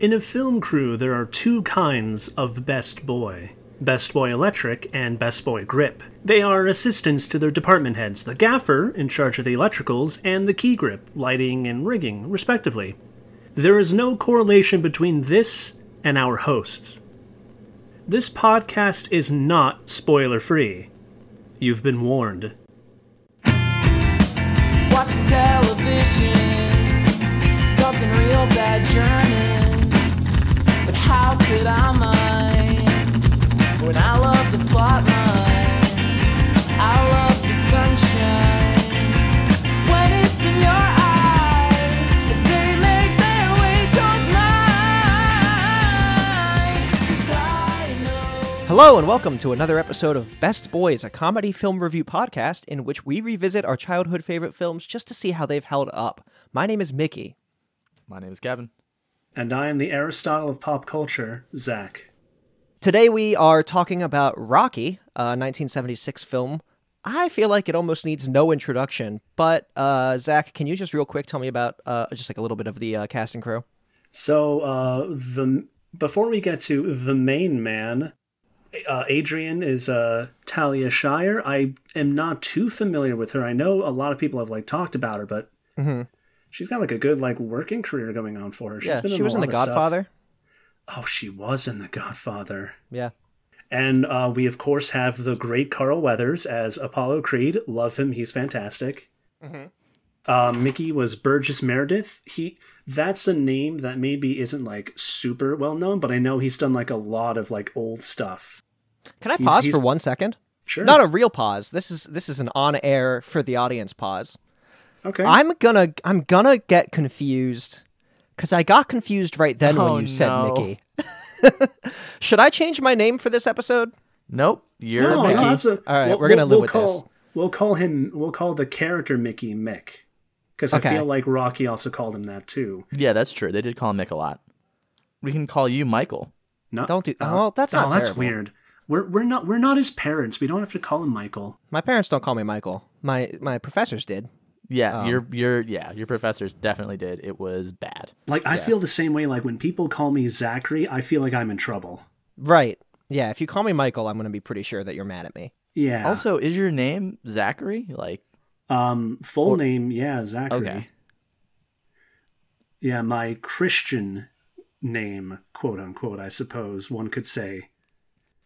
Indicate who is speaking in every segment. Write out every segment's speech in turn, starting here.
Speaker 1: In a film crew, there are two kinds of best boy Best Boy Electric and Best Boy Grip. They are assistants to their department heads, the gaffer, in charge of the electricals, and the key grip, lighting and rigging, respectively. There is no correlation between this and our hosts. This podcast is not spoiler free. You've been warned.
Speaker 2: Watching television, dumped in real bad German. But how could I mind when I love the plot line? I love the sunshine. When it's in your eyes, as they make their way towards mine. 'Cause I know.
Speaker 3: Hello, and welcome to another episode of Best Boys, a comedy film review podcast in which we revisit our childhood favorite films just to see how they've held up. My name is Mickey.
Speaker 4: My name is Gavin.
Speaker 1: And I am the Aristotle of pop culture, Zach.
Speaker 3: Today we are talking about Rocky, a 1976 film. I feel like it almost needs no introduction, but uh, Zach, can you just real quick tell me about uh, just like a little bit of the uh, cast and crew?
Speaker 1: So uh, the before we get to the main man, uh, Adrian is uh, Talia Shire. I am not too familiar with her. I know a lot of people have like talked about her, but she's got like a good like working career going on for her. She's
Speaker 3: Mm-hmm. yeah,
Speaker 1: been
Speaker 3: she
Speaker 1: a
Speaker 3: was in The
Speaker 1: lot of stuff.
Speaker 3: Godfather.
Speaker 1: Oh, she was in The Godfather.
Speaker 3: Yeah,
Speaker 1: And uh, we of course have the great Carl Weathers as Apollo Creed. Love him; he's fantastic. Uh, Mickey was Burgess Meredith. He that's a name that maybe isn't like super well known, but I know he's done like a lot of like old stuff.
Speaker 3: can I
Speaker 1: He's-
Speaker 3: pause
Speaker 1: he's-
Speaker 3: for one second?
Speaker 1: Sure.
Speaker 3: Not a real pause. This is this is an on-air for the audience pause.
Speaker 1: okay.
Speaker 3: I'm gonna I'm gonna get confused because I got confused right then
Speaker 4: Oh,
Speaker 3: when you said
Speaker 4: no.
Speaker 3: Mickey. Should I change my name for this episode?
Speaker 4: Nope, you're
Speaker 1: no,
Speaker 4: Mickey.
Speaker 1: no, that's a,
Speaker 3: All right, we're gonna live with
Speaker 1: call,
Speaker 3: this.
Speaker 1: We'll call him. We'll call the character Mickey Mick, because
Speaker 3: Okay.
Speaker 1: I feel like Rocky also called him that too.
Speaker 4: Yeah, that's true. They did call him Mick a lot. We can call you Michael.
Speaker 1: No,
Speaker 3: Don't do- oh, that's not
Speaker 1: Oh, that's
Speaker 3: terrible.
Speaker 1: weird. We're we're not we're not his parents. We don't have to call him Michael.
Speaker 3: My parents don't call me Michael. My my professors did.
Speaker 4: Yeah, your your yeah, your professors definitely did. It was bad.
Speaker 1: Like I feel the same way. Like when people call me Zachary, I feel like I'm in trouble.
Speaker 3: Right. Yeah. If you call me Michael, I'm gonna be pretty sure that you're mad at me.
Speaker 1: Yeah.
Speaker 4: Also, is your name Zachary? Like,
Speaker 1: um, full name, yeah, Zachary.
Speaker 4: Okay.
Speaker 1: Yeah, my Christian name, quote unquote. I suppose one could say.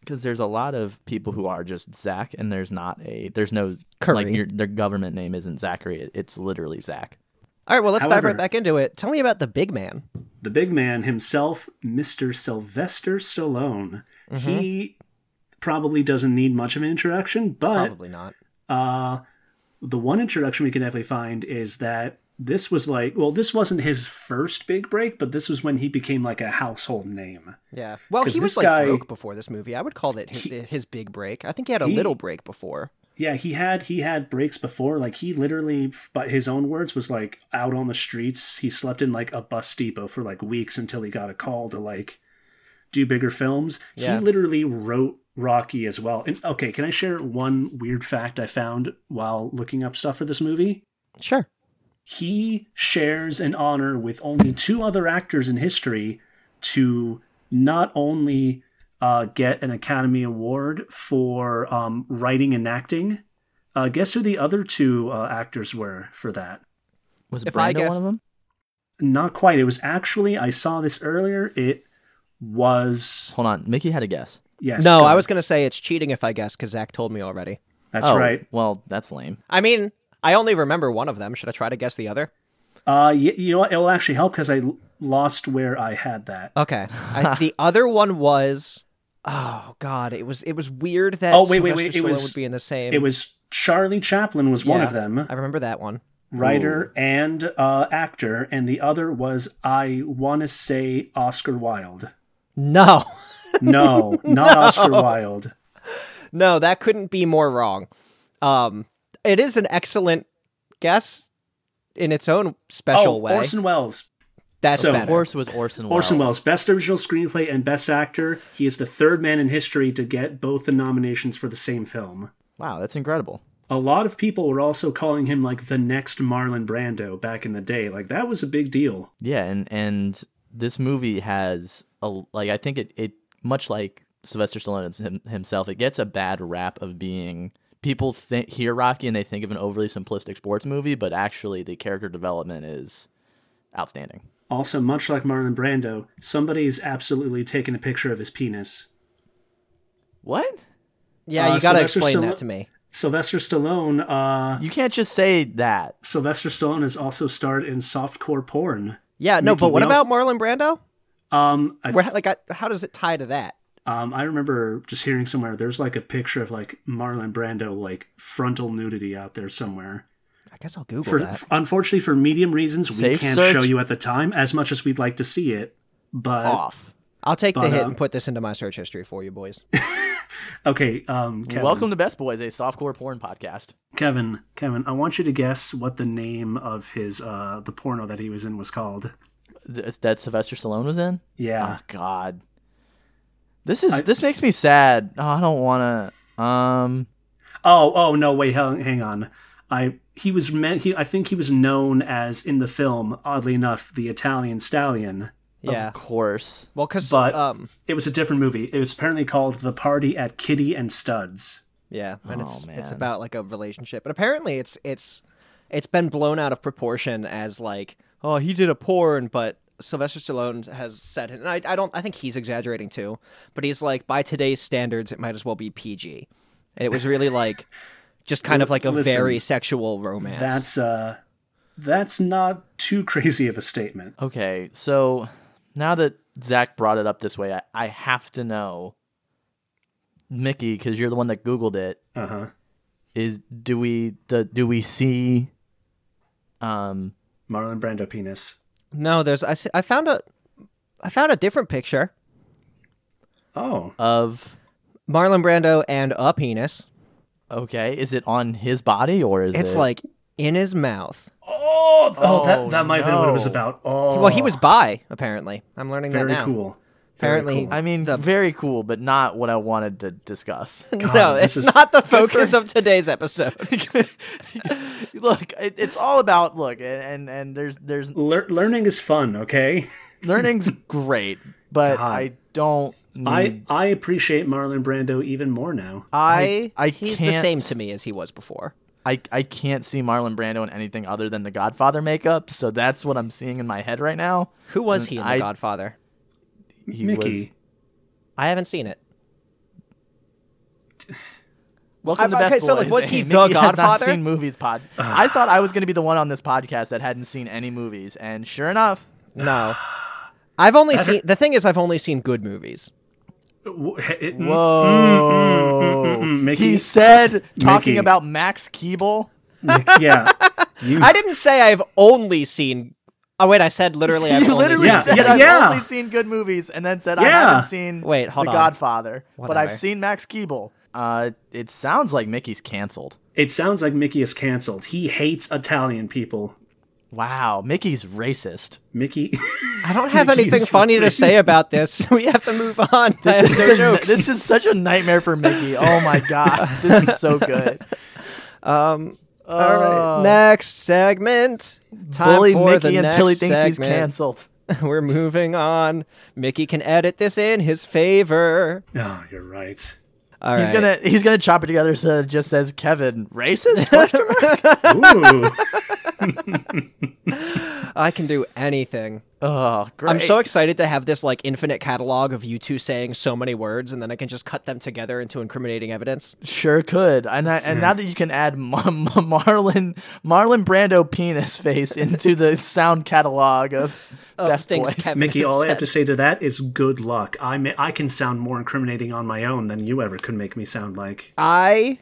Speaker 4: because there's a lot of people who are just Zach, and there's not a there's no like
Speaker 3: Curry.
Speaker 4: your their government name isn't Zachary. It, it's literally Zach.
Speaker 3: All right. Well, let's dive
Speaker 1: However-
Speaker 3: right back into it. Tell me about the big man.
Speaker 1: the big man himself, Mr. Sylvester Stallone.
Speaker 4: Mm-hmm.
Speaker 1: He probably doesn't need much of an introduction, but
Speaker 3: Probably not.
Speaker 1: uh, the one introduction we can definitely find is that this was like, well, this wasn't his first big break, but this was when he became like a household name.
Speaker 3: Yeah. Well,
Speaker 1: 'Cause
Speaker 3: he
Speaker 1: this
Speaker 3: was like
Speaker 1: guy-
Speaker 3: broke before this movie. I would call it his, his big break. I think he had a
Speaker 1: He-
Speaker 3: little break before.
Speaker 1: Yeah, he had he had breaks before. Like he literally, by his own words, was like out on the streets. He slept in like a bus depot for like weeks until he got a call to like do bigger films.
Speaker 3: Yeah.
Speaker 1: He literally wrote Rocky as well. And okay, can I share one weird fact I found while looking up stuff for this movie?
Speaker 3: Sure.
Speaker 1: He shares an honor with only two other actors in history to not only uh, get an Academy Award for um, writing and acting. Uh, guess who the other two uh, actors were for that?
Speaker 4: Was
Speaker 3: If
Speaker 4: Brando
Speaker 3: I guess-
Speaker 4: one of them?
Speaker 1: Not quite. It was actually I saw this earlier. It was
Speaker 4: Hold on, Mickey had a guess.
Speaker 1: yes.
Speaker 3: no,
Speaker 1: go
Speaker 3: I
Speaker 1: on.
Speaker 3: was gonna say it's cheating if I guess because Zach told me already.
Speaker 1: That's
Speaker 4: oh,
Speaker 1: right.
Speaker 4: Well, that's lame.
Speaker 3: I mean, I only remember one of them. Should I try to guess the other?
Speaker 1: Uh, y- you know what? It will actually help because I l- lost where I had that.
Speaker 3: Okay. I, the other one was oh god, it was it was weird that
Speaker 1: Oh, wait, wait, wait,
Speaker 3: Sylvester
Speaker 1: it
Speaker 3: Stallone
Speaker 1: was-
Speaker 3: would be in the same.
Speaker 1: It was Charlie Chaplin was one
Speaker 3: Yeah,
Speaker 1: of them.
Speaker 3: I remember that one.
Speaker 1: writer and uh, actor, and the other was I want to say Oscar Wilde.
Speaker 3: No,
Speaker 1: No, not Oscar Wilde.
Speaker 3: no, that couldn't be more wrong. Um, it is an excellent guess in its own special
Speaker 1: oh,
Speaker 3: way.
Speaker 1: Orson Welles.
Speaker 3: That's
Speaker 1: so
Speaker 3: better.
Speaker 4: Horse was Orson Welles.
Speaker 1: Orson Welles, Best Original Screenplay and Best Actor. He is the third man in history to get both the nominations for the same film.
Speaker 4: Wow, that's incredible.
Speaker 1: A lot of people were also calling him like the next Marlon Brando back in the day. Like that was a big deal.
Speaker 4: Yeah, and and this movie has a like I think it it much like Sylvester Stallone him, himself, it gets a bad rap of being people think hear Rocky and they think of an overly simplistic sports movie, but actually the character development is outstanding.
Speaker 1: Also, much like Marlon Brando, somebody's absolutely taken a picture of his penis.
Speaker 4: What?
Speaker 3: Yeah,
Speaker 1: Uh,
Speaker 3: you gotta
Speaker 1: Sylvester
Speaker 3: explain
Speaker 1: Stallone-
Speaker 3: that to me.
Speaker 1: Sylvester Stallone. Uh,
Speaker 4: You can't just say that.
Speaker 1: Sylvester Stallone has also starred in softcore porn.
Speaker 3: Yeah, no,
Speaker 1: Mickey,
Speaker 3: but what
Speaker 1: we
Speaker 3: about
Speaker 1: also-
Speaker 3: Marlon Brando?
Speaker 1: Um, I,
Speaker 3: Where, like, I, how does it tie to that?
Speaker 1: um, I remember just hearing somewhere there's like a picture of like Marlon Brando like frontal nudity out there somewhere.
Speaker 3: I guess I'll Google
Speaker 1: For
Speaker 3: that.
Speaker 1: f- unfortunately, for medium reasons, we
Speaker 4: Safe
Speaker 1: can't
Speaker 4: search.
Speaker 1: show you at the time as much as we'd like to see it. But
Speaker 4: Off.
Speaker 3: I'll take the
Speaker 1: But,
Speaker 3: hit
Speaker 1: uh,
Speaker 3: and put this into my search history for you boys.
Speaker 1: okay, um, Kevin,
Speaker 4: Welcome to Best Boys, a softcore porn podcast.
Speaker 1: Kevin, Kevin. I want you to guess what the name of his uh the porno that he was in was called.
Speaker 4: Th- That Sylvester Stallone was in.
Speaker 1: Yeah,
Speaker 4: Oh God. This is
Speaker 1: I-
Speaker 4: this makes me sad. Oh, I don't want to. Um,
Speaker 1: Oh, oh no, wait, hang, hang on. I he was meant. He I think he was known as in the film. Oddly enough, the Italian Stallion.
Speaker 3: Yeah.
Speaker 4: of course.
Speaker 3: Well, because
Speaker 1: But-
Speaker 3: um,
Speaker 1: It was a different movie. It was apparently called "The Party at Kitty and Studs."
Speaker 3: yeah, and it's
Speaker 4: Oh,
Speaker 3: it's
Speaker 4: man.
Speaker 3: about like a relationship, but apparently it's it's it's been blown out of proportion as like oh he did a porn, but Sylvester Stallone has said it, and I I don't I think he's exaggerating too, but he's like by today's standards it might as well be PG, and it was really like just kind of like a
Speaker 1: Listen,
Speaker 3: very sexual romance.
Speaker 1: That's uh, that's not too crazy of a statement.
Speaker 4: Okay, so now that Zach brought it up this way, I, I have to know, Mickey, because you're the one that Googled it.
Speaker 1: Uh huh.
Speaker 4: Is do we do, do we see? Um,
Speaker 1: Marlon Brando penis.
Speaker 3: no, there's I s- I found a I found a different picture
Speaker 1: Oh,
Speaker 4: of
Speaker 3: Marlon Brando and a penis.
Speaker 4: okay, is it on his body or is
Speaker 3: It's
Speaker 4: it
Speaker 3: like in his mouth.
Speaker 1: oh, oh, that
Speaker 4: Oh,
Speaker 1: that might have been what it was
Speaker 4: no.
Speaker 1: about. Oh,
Speaker 3: Well, he was bi, apparently. I'm learning
Speaker 1: very
Speaker 3: that now.
Speaker 1: cool. Very
Speaker 3: Apparently,
Speaker 1: cool.
Speaker 4: I mean, very cool, but not what I wanted to discuss.
Speaker 3: no,
Speaker 1: this
Speaker 3: it's
Speaker 1: is-
Speaker 3: not the focus of today's episode.
Speaker 4: look, it, it's all about look, and, and and there's there's
Speaker 1: Lear- learning is fun. Okay.
Speaker 4: learning's great, but
Speaker 1: God.
Speaker 4: I don't.
Speaker 1: I
Speaker 4: Need,
Speaker 1: I appreciate Marlon Brando even more now.
Speaker 3: I,
Speaker 4: I
Speaker 3: he's the
Speaker 4: can't
Speaker 3: same
Speaker 4: s-
Speaker 3: to me as he was before.
Speaker 4: I I can't see Marlon Brando in anything other than the Godfather makeup, so that's what I'm seeing in my head right now.
Speaker 3: Who was he in
Speaker 4: I-
Speaker 3: The Godfather?
Speaker 4: He
Speaker 1: Mickey.
Speaker 4: was
Speaker 3: I haven't seen it.
Speaker 4: welcome to
Speaker 3: I'm-
Speaker 4: Best
Speaker 3: okay, so, like,
Speaker 4: Boys,
Speaker 3: was
Speaker 4: a
Speaker 3: he
Speaker 4: Mickey
Speaker 3: the
Speaker 4: has not
Speaker 3: Godfather?
Speaker 4: seen movies pod. I thought I was going to be the one on this podcast that hadn't seen any movies, and sure enough,
Speaker 3: No. I've only seen the thing is I've only seen good movies.
Speaker 1: W- it- mm,
Speaker 4: whoa!
Speaker 1: Mickey.
Speaker 4: oh, He said talking
Speaker 1: Mickey.
Speaker 4: about Max Keeble.
Speaker 1: yeah.
Speaker 3: I didn't say I've only seen Oh wait, I said literally I've
Speaker 4: He
Speaker 3: only
Speaker 4: literally
Speaker 3: seen
Speaker 1: Yeah,
Speaker 4: said
Speaker 1: yeah,
Speaker 4: I've
Speaker 1: yeah.
Speaker 4: only seen good movies, and then said I
Speaker 1: Yeah.
Speaker 4: haven't seen
Speaker 3: Wait, hold
Speaker 4: The
Speaker 3: on.
Speaker 4: Godfather, but
Speaker 3: Whatever.
Speaker 4: I've seen Max Keeble. Uh, it sounds like Mickey's canceled.
Speaker 1: It sounds like Mickey is canceled. He hates Italian people.
Speaker 4: Wow, Mickey's racist.
Speaker 1: Mickey.
Speaker 3: I don't have
Speaker 1: Mickey's
Speaker 3: anything funny to
Speaker 1: great.
Speaker 3: say about this. So we have to move on. I have
Speaker 4: This
Speaker 3: no
Speaker 4: is, a,
Speaker 3: jokes.
Speaker 4: this is such a nightmare for Mickey. Oh my god, this is so good. Um,
Speaker 3: All right, Oh. next segment. Time
Speaker 4: bully
Speaker 3: for
Speaker 4: Mickey
Speaker 3: the next
Speaker 4: until he thinks he's
Speaker 3: segment.
Speaker 4: canceled.
Speaker 3: We're moving on. Mickey can edit this in his favor.
Speaker 1: oh, you're right.
Speaker 3: All
Speaker 4: He's
Speaker 3: right.
Speaker 4: gonna he's gonna chop it together so it just says Kevin racist. question mark?
Speaker 1: Ooh.
Speaker 3: I can do anything.
Speaker 4: oh, great.
Speaker 3: I'm so excited to have this like infinite catalog of you two saying so many words, and then I can just cut them together into incriminating evidence.
Speaker 4: Sure could. And I, and now that you can add Ma- Ma- Marlon Marlon Brando penis face into the sound catalog of Best
Speaker 3: things
Speaker 4: Boys.
Speaker 3: Kevin-
Speaker 1: Mickey, all I have to say to that is good luck. I may, I can sound more incriminating on my own than you ever could make me sound like.
Speaker 3: I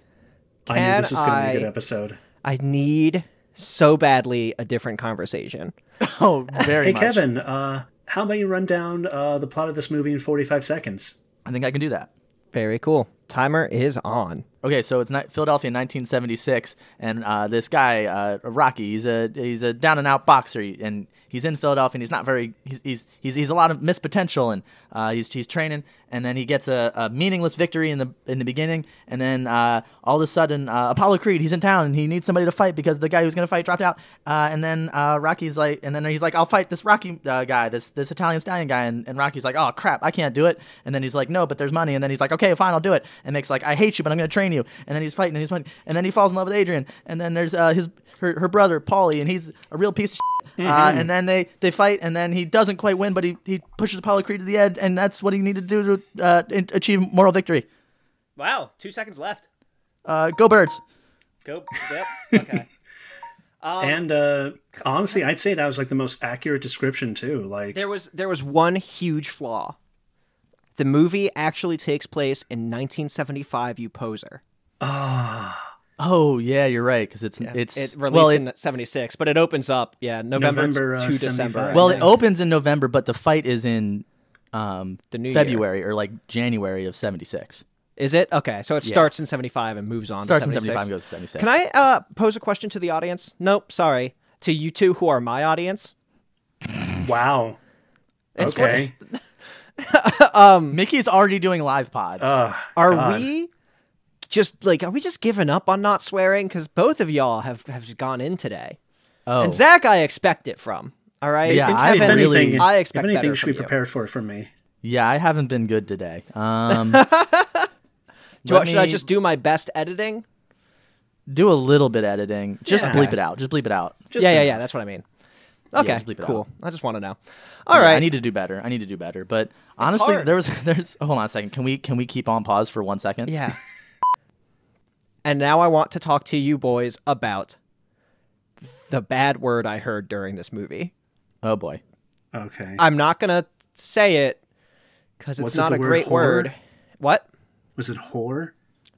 Speaker 1: I knew
Speaker 3: Can
Speaker 1: this was going to be a good
Speaker 3: I-
Speaker 1: episode.
Speaker 3: I need so badly a different conversation.
Speaker 4: Oh, very
Speaker 1: Hey,
Speaker 4: much.
Speaker 1: Kevin, uh, how about you run down uh, the plot of this movie in 45 seconds?
Speaker 4: I think I can do that.
Speaker 3: Very cool. Timer is on.
Speaker 4: Okay, so it's not Philadelphia, 1976, and uh, this guy uh, Rocky, he's a he's a down and out boxer, and he's in Philadelphia, and he's not very he's he's he's, he's a lot of missed potential, and uh, he's he's training, and then he gets a, a meaningless victory in the in the beginning, and then uh, all of a sudden uh, Apollo Creed, he's in town, and he needs somebody to fight because the guy who's gonna fight dropped out, uh, and then uh, Rocky's like, and then he's like, I'll fight this Rocky uh, guy, this this Italian stallion guy, and, and Rocky's like, oh crap, I can't do it, and then he's like, no, but there's money, and then he's like, okay, fine, I'll do it, and Mick's like, I hate you, but I'm gonna train you, and then he's fighting, and he's fighting, and then he falls in love with Adrian, and then there's uh, his her, her brother Paulie, and he's a real piece of shit.
Speaker 5: Mm-hmm.
Speaker 4: Uh, and then they, they fight, and then he doesn't quite win, but he, he pushes Apollo Creed to the end, and that's what he needed to do to uh, in- achieve moral victory.
Speaker 5: Wow, two seconds left.
Speaker 4: Uh, go birds!
Speaker 5: Go. Yep. Okay.
Speaker 3: Um,
Speaker 1: and uh, honestly, I'd say that was like the most accurate description too. Like,
Speaker 3: There was there was one huge flaw. The movie actually takes place in 1975. You poser.
Speaker 4: Oh yeah, you're right because it's it's
Speaker 3: it released
Speaker 4: well, it,
Speaker 3: in '76, but it opens up. Yeah, November,
Speaker 1: November, uh,
Speaker 3: to December.
Speaker 1: 75.
Speaker 4: well, it opens in November, but the fight is in um,
Speaker 3: The new year.
Speaker 4: February or like January of '76.
Speaker 3: Is it okay? So it starts in '75 and moves on.
Speaker 4: Starts
Speaker 3: to
Speaker 4: in
Speaker 3: 76.
Speaker 4: '75 and goes to '76.
Speaker 3: Can I uh, pose a question to the audience? Nope, sorry. To you two who are my audience.
Speaker 1: wow.
Speaker 3: It's
Speaker 1: okay.
Speaker 4: Mickey's already doing live pods.
Speaker 3: Uh,
Speaker 1: Ugh.
Speaker 3: Are we just like are we just giving up on not swearing? Because both of y'all have have gone in today,
Speaker 4: oh,
Speaker 3: and Zach, I expect it from. All right.
Speaker 4: Yeah,
Speaker 3: And
Speaker 4: I
Speaker 1: if
Speaker 3: Kevin,
Speaker 1: anything,
Speaker 4: really-
Speaker 3: I expect
Speaker 1: if anything,
Speaker 3: better
Speaker 1: should
Speaker 3: from
Speaker 1: be
Speaker 3: you.
Speaker 1: prepared for from me.
Speaker 4: yeah, I haven't been good today. Um,
Speaker 3: Do I-
Speaker 4: let
Speaker 3: should I
Speaker 4: me
Speaker 3: just do my best editing?
Speaker 4: do a little bit editing? Just
Speaker 1: Yeah.
Speaker 4: bleep it out. Just bleep it out.
Speaker 1: Just
Speaker 3: yeah, yeah,
Speaker 1: enough.
Speaker 3: yeah. That's what I mean. Okay,
Speaker 4: just bleep it
Speaker 3: cool.
Speaker 4: out.
Speaker 3: I just want to know. All right.
Speaker 4: I need to do better. I need to do better. But honestly,
Speaker 3: hard.
Speaker 4: there was there's hold on a second. Can we can we keep on pause for one second?
Speaker 3: yeah. and now I want to talk to you boys about the bad word I heard during this movie.
Speaker 4: Oh boy.
Speaker 1: Okay.
Speaker 3: I'm not gonna say it because it's
Speaker 1: Was it
Speaker 3: not
Speaker 1: the
Speaker 3: a
Speaker 1: word
Speaker 3: great
Speaker 1: whore?
Speaker 3: word. What?
Speaker 1: was it whore?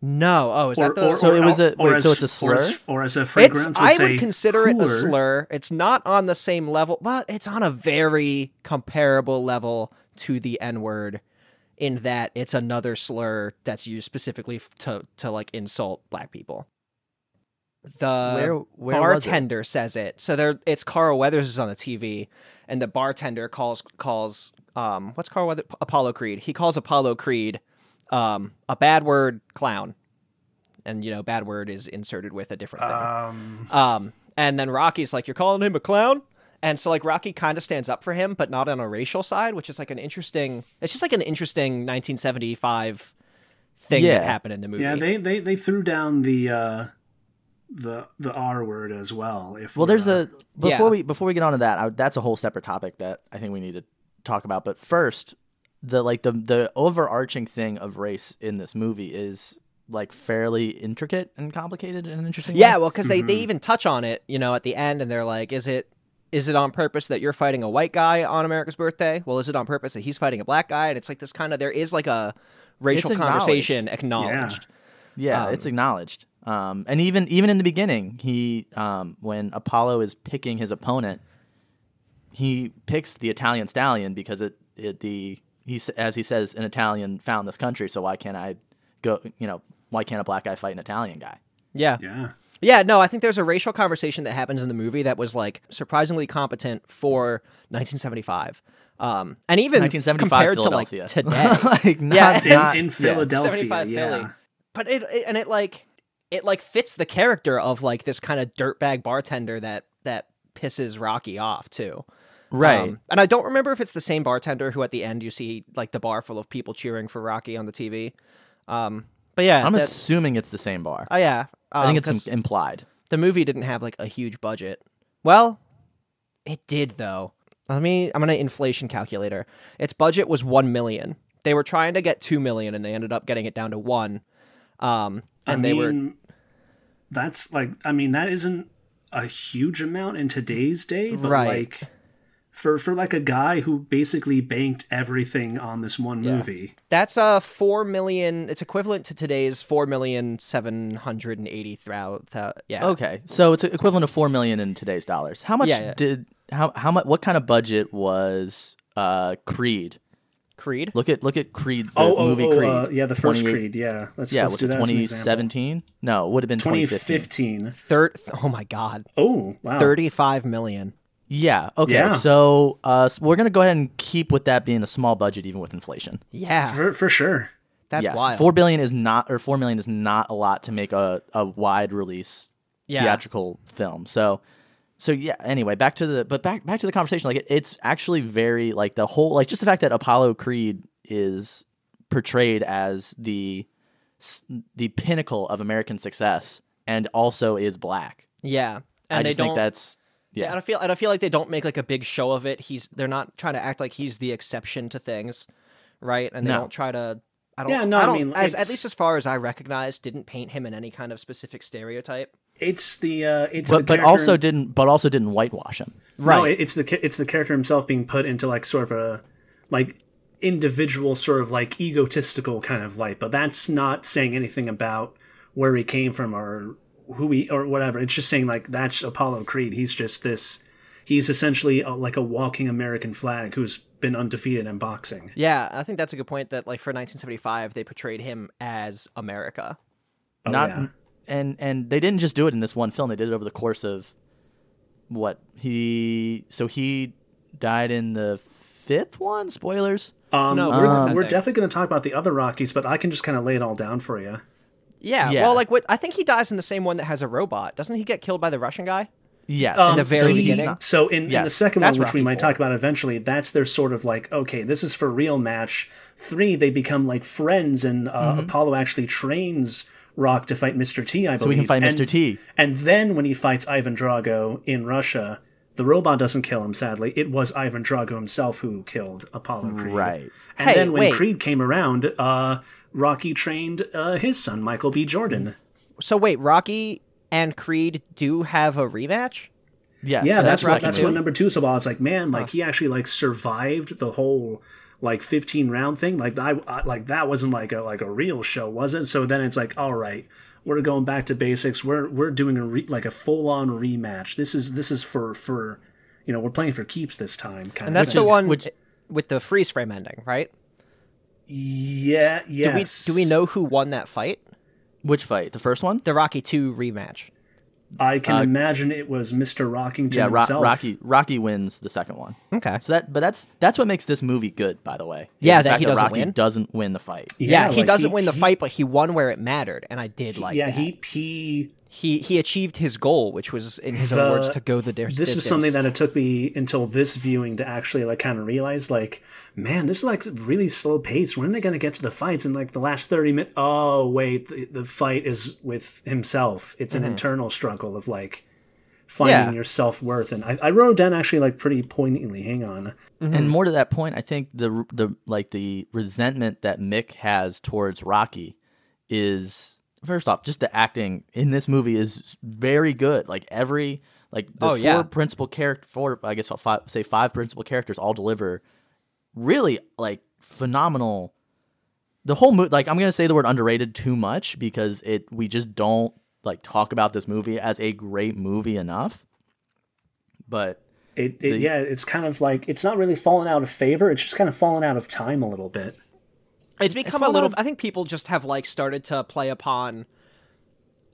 Speaker 3: No. Oh, is that the?
Speaker 4: So it was a- wait, so it's a
Speaker 1: or
Speaker 4: slur?
Speaker 1: as, or as a
Speaker 3: it's.
Speaker 1: fragrance. would
Speaker 3: I would
Speaker 1: say
Speaker 3: consider it a
Speaker 1: whore.
Speaker 3: slur. It's not on the same level, but it's on a very comparable level to the N word, in that it's another slur that's used specifically f- to to like insult black people. The
Speaker 4: Where- where was it?
Speaker 3: bartender says it. So there, it's Carl Weathers is on the TV, and the bartender calls calls um what's Carl Weathers Apollo Creed. He calls Apollo Creed um a bad word clown, and you know bad word is inserted with a different
Speaker 1: Um,
Speaker 3: thing. Um, and then Rocky's like, "You're calling him a clown," and so like Rocky kind of stands up for him, but not on a racial side, which is like an interesting. It's just like an interesting 1975 thing
Speaker 4: Yeah.
Speaker 3: that happened in the movie.
Speaker 1: yeah, they, they they threw down the uh, the the R word as well. If
Speaker 4: Well,
Speaker 1: we're,
Speaker 4: there's
Speaker 1: uh,
Speaker 4: a before
Speaker 3: Yeah.
Speaker 4: we before we get on to that, I, that's a whole separate topic that I think we need to talk about. But first, the like the the overarching thing of race in this movie is like fairly intricate and complicated and interesting.
Speaker 3: yeah, well, because
Speaker 1: Mm-hmm.
Speaker 3: they they even touch on it, you know, at the end, and they're like, "Is it?" Is it on purpose that you're fighting a white guy on America's birthday? Well, is it on purpose that he's fighting a black guy? And it's like this kind of there is like a racial
Speaker 4: acknowledged.
Speaker 3: conversation
Speaker 1: yeah.
Speaker 3: acknowledged.
Speaker 4: Yeah, it's acknowledged. Um, and even even in the beginning, he um, when Apollo is picking his opponent, he picks the Italian stallion because it, it the he s- as he says an Italian found this country, so why can't I go? You know, why can't a black guy fight an Italian guy?
Speaker 3: Yeah.
Speaker 1: yeah.
Speaker 3: Yeah, no, I think there's a racial conversation that happens in the movie that was like surprisingly competent for 1975, um, and even
Speaker 4: 1975
Speaker 3: compared to like
Speaker 4: Philadelphia.
Speaker 3: today.
Speaker 4: like not,
Speaker 3: Yeah.
Speaker 1: In,
Speaker 4: not-
Speaker 1: in
Speaker 4: yeah.
Speaker 1: Philadelphia,
Speaker 3: 75
Speaker 1: yeah.
Speaker 3: Philly. But it, it and it like it like fits the character of like this kind of dirtbag bartender that that pisses Rocky off too.
Speaker 4: right.
Speaker 3: Um, and I don't remember if it's the same bartender who at the end you see like the bar full of people cheering for Rocky on the TV. Um, but yeah,
Speaker 4: I'm
Speaker 3: that-
Speaker 4: assuming it's the same bar.
Speaker 3: oh yeah,
Speaker 4: I
Speaker 3: um,
Speaker 4: think it's
Speaker 3: 'cause-
Speaker 4: im- implied.
Speaker 3: the movie didn't have like a huge budget. Well, it did though. Let me I'm gonna inflation calculator. Its budget was one million. They were trying to get two million and they ended up getting it down to one. Um and
Speaker 1: I
Speaker 3: they were
Speaker 1: mean, That's like I mean that isn't a huge amount in today's day, but
Speaker 3: Right.
Speaker 1: like for for like a guy who basically banked everything on this one movie.
Speaker 3: that's uh four million it's equivalent to today's four million seven hundred and eighty thousand yeah.
Speaker 4: Okay, so it's equivalent to four million in today's dollars. How much
Speaker 3: Yeah, yeah.
Speaker 4: did how how much what kind of budget was uh, Creed
Speaker 3: Creed.
Speaker 4: Look at look at Creed. The
Speaker 1: oh, oh,
Speaker 4: movie
Speaker 1: oh,
Speaker 4: Creed.
Speaker 1: uh, yeah, the first
Speaker 4: 28
Speaker 1: Creed. Yeah, let's,
Speaker 4: Yeah,
Speaker 1: let's
Speaker 4: was
Speaker 1: do
Speaker 4: it
Speaker 1: that. as an example.
Speaker 4: 2017? No, it would have been 2015.
Speaker 1: 2015.
Speaker 3: Third. Oh my God.
Speaker 1: Oh, wow.
Speaker 3: Thirty-five million.
Speaker 4: Yeah. Okay.
Speaker 1: Yeah.
Speaker 4: So, uh, so we're gonna go ahead and keep with that being a small budget, even with inflation.
Speaker 3: Yeah,
Speaker 1: For, for sure.
Speaker 3: that's
Speaker 4: yes.
Speaker 3: wild.
Speaker 4: Four billion is not, or four million is not a lot to make a, a wide release
Speaker 3: Yeah.
Speaker 4: theatrical film. So, so yeah. Anyway, back to the but back back to the conversation. Like it, it's actually very like the whole like just the fact that Apollo Creed is portrayed as the s- the pinnacle of American success and also is black.
Speaker 3: yeah, and
Speaker 4: I
Speaker 3: they
Speaker 4: just
Speaker 3: don't.
Speaker 4: think that's yeah.
Speaker 3: And I feel and I feel like they don't make like a big show of it. He's they're not trying to act like he's the exception to things, right? And they
Speaker 4: No.
Speaker 3: don't try to. I don't.
Speaker 1: Yeah, no,
Speaker 3: I
Speaker 1: I
Speaker 3: don't.
Speaker 1: mean,
Speaker 3: as, at
Speaker 1: it's-
Speaker 3: least as far as I recognize, didn't paint him in any kind of specific stereotype.
Speaker 1: It's the uh, it's the
Speaker 4: but, but
Speaker 1: character-
Speaker 4: also didn't but also didn't whitewash him.
Speaker 1: No, it- it's the ca- it's the character himself being put into like sort of a like individual sort of like egotistical kind of light, but that's not saying anything about where he came from or who he or whatever. It's just saying like that's Apollo Creed. He's just this. He's essentially a, like a walking American flag who's been undefeated in boxing.
Speaker 3: Yeah, I think that's a good point. That like for 1975, they portrayed him as America.
Speaker 1: Oh,
Speaker 4: Not
Speaker 1: yeah.
Speaker 4: and and they didn't just do it in this one film. They did it over the course of what he so he died in the fifth one. Spoilers.
Speaker 1: Um,
Speaker 3: No,
Speaker 1: we're,
Speaker 3: um,
Speaker 1: we're
Speaker 3: I think.
Speaker 1: definitely going to talk about the other Rockies, but I can just kind of lay it all down for you.
Speaker 3: Yeah,
Speaker 4: Yeah.
Speaker 3: Well, like what I think he dies in the same one that has a robot. Doesn't he get killed by the Russian guy?
Speaker 4: Yes,
Speaker 1: Um,
Speaker 3: the very
Speaker 1: he-
Speaker 3: beginning.
Speaker 1: So in, in the
Speaker 4: Yes,
Speaker 1: second one,
Speaker 3: that's
Speaker 1: which we
Speaker 3: Rocky
Speaker 1: might
Speaker 3: Four.
Speaker 1: talk about eventually, that's their sort of like, okay, this is for real match. Three, they become like friends, and uh, Apollo actually trains Rock to fight Mr. T, I believe.
Speaker 4: so we can find
Speaker 1: And-
Speaker 4: Mr. T.
Speaker 1: And then when he fights Ivan Drago in Russia, the robot doesn't kill him, sadly. It was Ivan Drago himself who killed Apollo Creed.
Speaker 4: Right.
Speaker 1: And
Speaker 3: Hey,
Speaker 1: then when
Speaker 3: wait.
Speaker 1: Creed came around, uh, Rocky trained uh, his son, Michael B. Jordan.
Speaker 3: So wait, Rocky and Creed do have a rematch.
Speaker 4: Yes,
Speaker 1: yeah, that's
Speaker 4: the
Speaker 1: what
Speaker 4: second
Speaker 1: that's what
Speaker 4: movie.
Speaker 1: number two is about. It's like, man, like he actually like survived the whole like fifteen round thing. Like I, I like that wasn't like a like a real show, was it? So then it's like, all right, we're going back to basics. We're we're doing a re, like a full on rematch. This is this is for for you know we're playing for keeps this time. Kind
Speaker 3: And
Speaker 1: of
Speaker 3: that's
Speaker 1: thing.
Speaker 3: the
Speaker 4: is-
Speaker 3: one
Speaker 4: which-
Speaker 3: with the freeze frame ending, right?
Speaker 1: Yeah.
Speaker 3: Do we
Speaker 1: Yes.
Speaker 3: do we know who won that fight?
Speaker 4: Which fight? The first one?
Speaker 3: The Rocky Two rematch.
Speaker 1: I
Speaker 3: uh,
Speaker 1: can imagine it was Mr. Rockington
Speaker 4: yeah, Ro-
Speaker 1: himself.
Speaker 4: Rocky. Rocky wins the second one.
Speaker 3: Okay.
Speaker 4: So that, but that's that's what makes this movie good, by the way. is
Speaker 3: Yeah,
Speaker 4: the
Speaker 3: that
Speaker 4: fact
Speaker 3: he doesn't
Speaker 4: Rocky
Speaker 3: win.
Speaker 4: Doesn't win the fight.
Speaker 3: Yeah, he
Speaker 1: like,
Speaker 3: doesn't win the
Speaker 1: he-
Speaker 3: fight, but he won where it mattered, and I did like
Speaker 1: Yeah,
Speaker 3: that.
Speaker 1: he he
Speaker 3: he he achieved his goal, which was, in his own
Speaker 1: the-
Speaker 3: words, to go the dis-
Speaker 1: this
Speaker 3: distance.
Speaker 1: was something that it took me until this viewing to actually like kind of realize like man this is like really slow pace when are they going to get to the fights in like the last 30 minutes oh wait the, the fight is with himself it's
Speaker 4: Mm-hmm.
Speaker 1: an internal struggle of like finding
Speaker 3: Yeah.
Speaker 1: your self-worth and I, I wrote it down actually like pretty poignantly hang on
Speaker 3: Mm-hmm.
Speaker 4: And more to that point, I think the the like the resentment that Mick has towards Rocky is first off, just the acting in this movie is very good. Like every like the
Speaker 3: Oh,
Speaker 4: four
Speaker 3: yeah.
Speaker 4: principal character, four I guess I'll five, say five principal characters all deliver really like phenomenal. The whole movie, like I'm gonna say the word underrated too much because it we just don't like talk about this movie as a great movie enough. But
Speaker 1: it, it yeah it's kind of like it's not really fallen out of favor it's just kind of fallen out of time a little bit
Speaker 3: it's become a
Speaker 4: a lot
Speaker 3: little.
Speaker 4: of-
Speaker 3: I think people just have like started to play upon.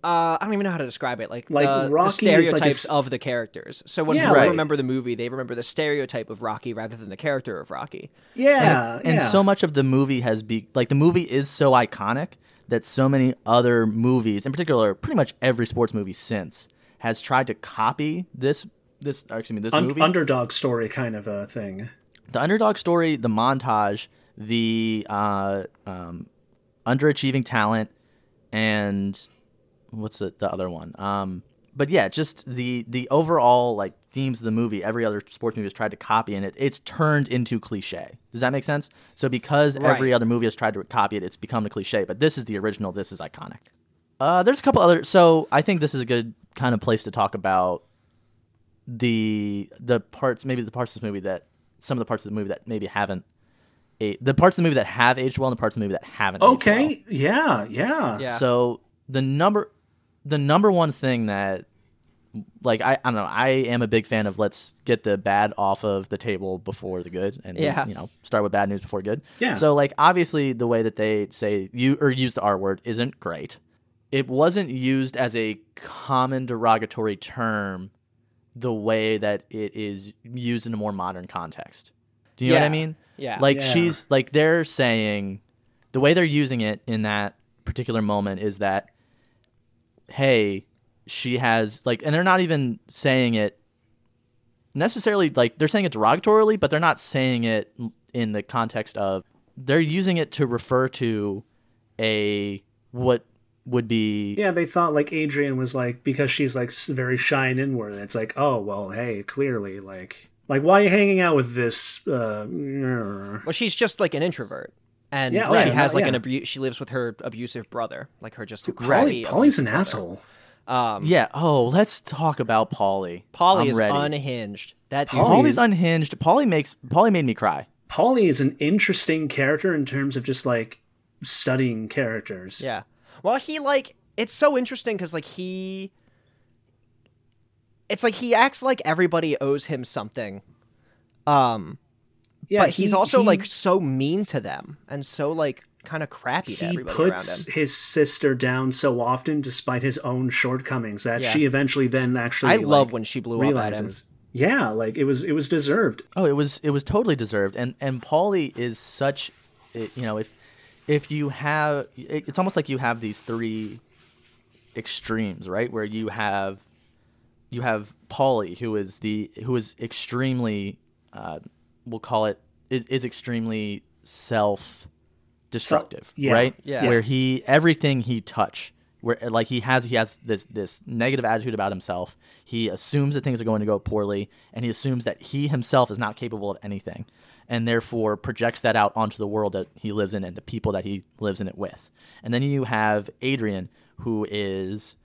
Speaker 3: Uh, I don't even know how to describe it. Like, uh,
Speaker 1: Like,
Speaker 3: the, the
Speaker 1: Rocky is like a
Speaker 3: stereotypes
Speaker 1: s-
Speaker 3: of the characters. So when
Speaker 1: Yeah,
Speaker 3: people
Speaker 1: like-
Speaker 3: remember the movie, they remember the stereotype of Rocky rather than the character of Rocky.
Speaker 1: yeah
Speaker 4: and
Speaker 1: yeah.
Speaker 4: so much of the movie has be like the movie is so iconic that so many other movies in particular pretty much every sports movie since has tried to copy this this or excuse me this
Speaker 1: Un-
Speaker 4: movie
Speaker 1: underdog story kind of a thing
Speaker 4: the underdog story the montage the uh um underachieving talent and what's the, the other one um but yeah just the the overall like themes of the movie every other sports movie has tried to copy and it it's turned into cliche does that make sense so because every
Speaker 3: Right.
Speaker 4: other movie has tried to copy it it's become a cliche but this is the original this is iconic uh there's a couple other so i think this is a good kind of place to talk about the the parts maybe the parts of this movie that some of the parts of the movie that maybe haven't a, the parts of the movie that have aged well and the parts of the movie that haven't aged well.
Speaker 1: okay yeah yeah
Speaker 3: Yeah.
Speaker 4: So the number the number one thing that like I, I don't know I am a big fan of let's get the bad off of the table before the good and
Speaker 3: Yeah.
Speaker 4: you know start with bad news before good.
Speaker 1: Yeah.
Speaker 4: So like obviously the way that they say you or use the R word isn't great. It wasn't used as a common derogatory term the way that it is used in a more modern context. Do you know what I
Speaker 3: Yeah.
Speaker 4: mean?
Speaker 3: Yeah.
Speaker 4: Like
Speaker 1: Yeah.
Speaker 4: she's like they're saying the way they're using it in that particular moment is that hey, she has like and they're not even saying it necessarily like they're saying it derogatorily, but they're not saying it in the context of they're using it to refer to a what would be
Speaker 1: Yeah, they thought like Adrian was like because she's like s- very shy and inward. It's like, oh well, hey, clearly, like, like why are you hanging out with this? Uh,
Speaker 3: Well, she's just like an introvert, and
Speaker 1: Yeah,
Speaker 3: she
Speaker 1: right,
Speaker 3: has
Speaker 1: no,
Speaker 3: like an
Speaker 1: yeah.
Speaker 3: abuse. She lives with her abusive brother, like her just
Speaker 1: Polly,
Speaker 3: crappy.
Speaker 1: Polly's an
Speaker 3: abusive brother.
Speaker 1: asshole.
Speaker 3: Um,
Speaker 4: Yeah. Oh, let's talk about Polly.
Speaker 3: Polly
Speaker 4: I'm
Speaker 3: is
Speaker 4: ready.
Speaker 3: unhinged. That dude,
Speaker 4: Polly's unhinged. Polly makes Polly made me cry.
Speaker 1: Polly is an interesting character in terms of just like studying characters.
Speaker 3: Yeah. Well, he like it's so interesting because like he, it's like he acts like everybody owes him something. Um,
Speaker 1: yeah
Speaker 3: but he's
Speaker 1: he-
Speaker 3: also
Speaker 1: he-
Speaker 3: like so mean to them and so like kind of crappy to
Speaker 1: he
Speaker 3: everybody
Speaker 1: puts
Speaker 3: around him.
Speaker 1: his sister down so often despite his own shortcomings that
Speaker 3: Yeah.
Speaker 1: she eventually then actually
Speaker 3: I love
Speaker 1: like,
Speaker 3: when she blew up at him.
Speaker 1: realizes yeah like it was it was deserved
Speaker 4: Oh, it was it was totally deserved. And and Paulie is such, it- you know, if if you have, it, it's almost like you have these three extremes, right? Where you have you have Paulie, who is the who is extremely, uh, we'll call it is, is extremely self destructive,
Speaker 1: yeah,
Speaker 4: right?
Speaker 3: yeah.
Speaker 4: Where he everything he touch, where like he has he has this this negative attitude about himself. He assumes that things are going to go poorly, and he assumes that he himself is not capable of anything, and therefore projects that out onto the world that he lives in and the people that he lives in it with. And then you have Adrian, who is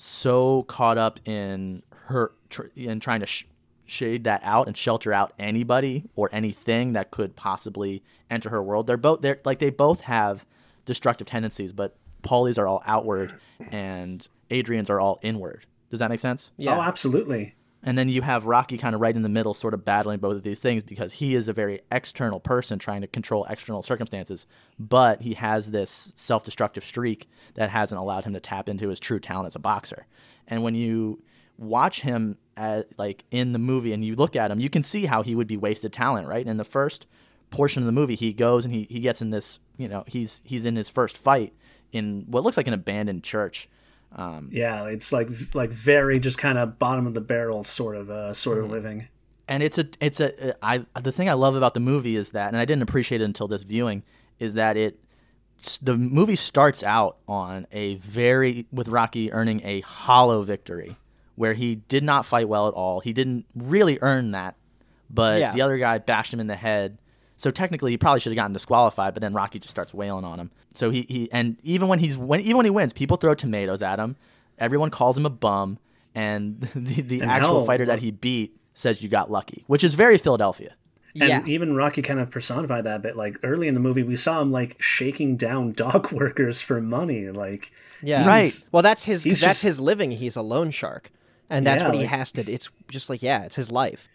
Speaker 4: so caught up in her tr- in trying to sh- shade that out and shelter out anybody or anything that could possibly enter her world. They're both they're like they both have destructive tendencies, but Paulie's are all outward and Adrian's are all inward. Does that make sense?
Speaker 1: oh absolutely
Speaker 4: And then you have Rocky kind of right in the middle, sort of battling both of these things because he is a very external person trying to control external circumstances, but he has this self destructive streak that hasn't allowed him to tap into his true talent as a boxer. And when you watch him at, like in the movie and you look at him, you can see how he would be wasted talent, right? In the first portion of the movie, he goes and he, he gets in this, you know, he's he's in his first fight in what looks like an abandoned church.
Speaker 1: yeah it's like like very just kind of bottom of the barrel sort of uh sort of living
Speaker 4: and it's a it's a I the thing I love about the movie is that, and I didn't appreciate it until this viewing, is that it the movie starts out on a very with Rocky earning a hollow victory where he did not fight well at all. He didn't really earn that, but
Speaker 3: Yeah.
Speaker 4: the other guy bashed him in the head. So technically, he probably should have gotten disqualified, but then Rocky just starts wailing on him. So he, he and even when he's when even when he wins, people throw tomatoes at him. Everyone calls him a bum, and the, the
Speaker 1: And
Speaker 4: actual
Speaker 1: hell,
Speaker 4: fighter that he beat says you got lucky, which is very Philadelphia.
Speaker 1: and
Speaker 3: Yeah.
Speaker 1: even rocky kind of personified that a bit like early in the movie we saw him like shaking down dock workers for money like
Speaker 3: Yeah.
Speaker 4: Right.
Speaker 3: Well, that's his.
Speaker 1: He's
Speaker 3: Cause that's
Speaker 1: just-
Speaker 3: his living. He's a loan shark, and that's
Speaker 1: Yeah,
Speaker 3: what he
Speaker 1: like-
Speaker 3: has to. do. It's just like yeah, it's his life.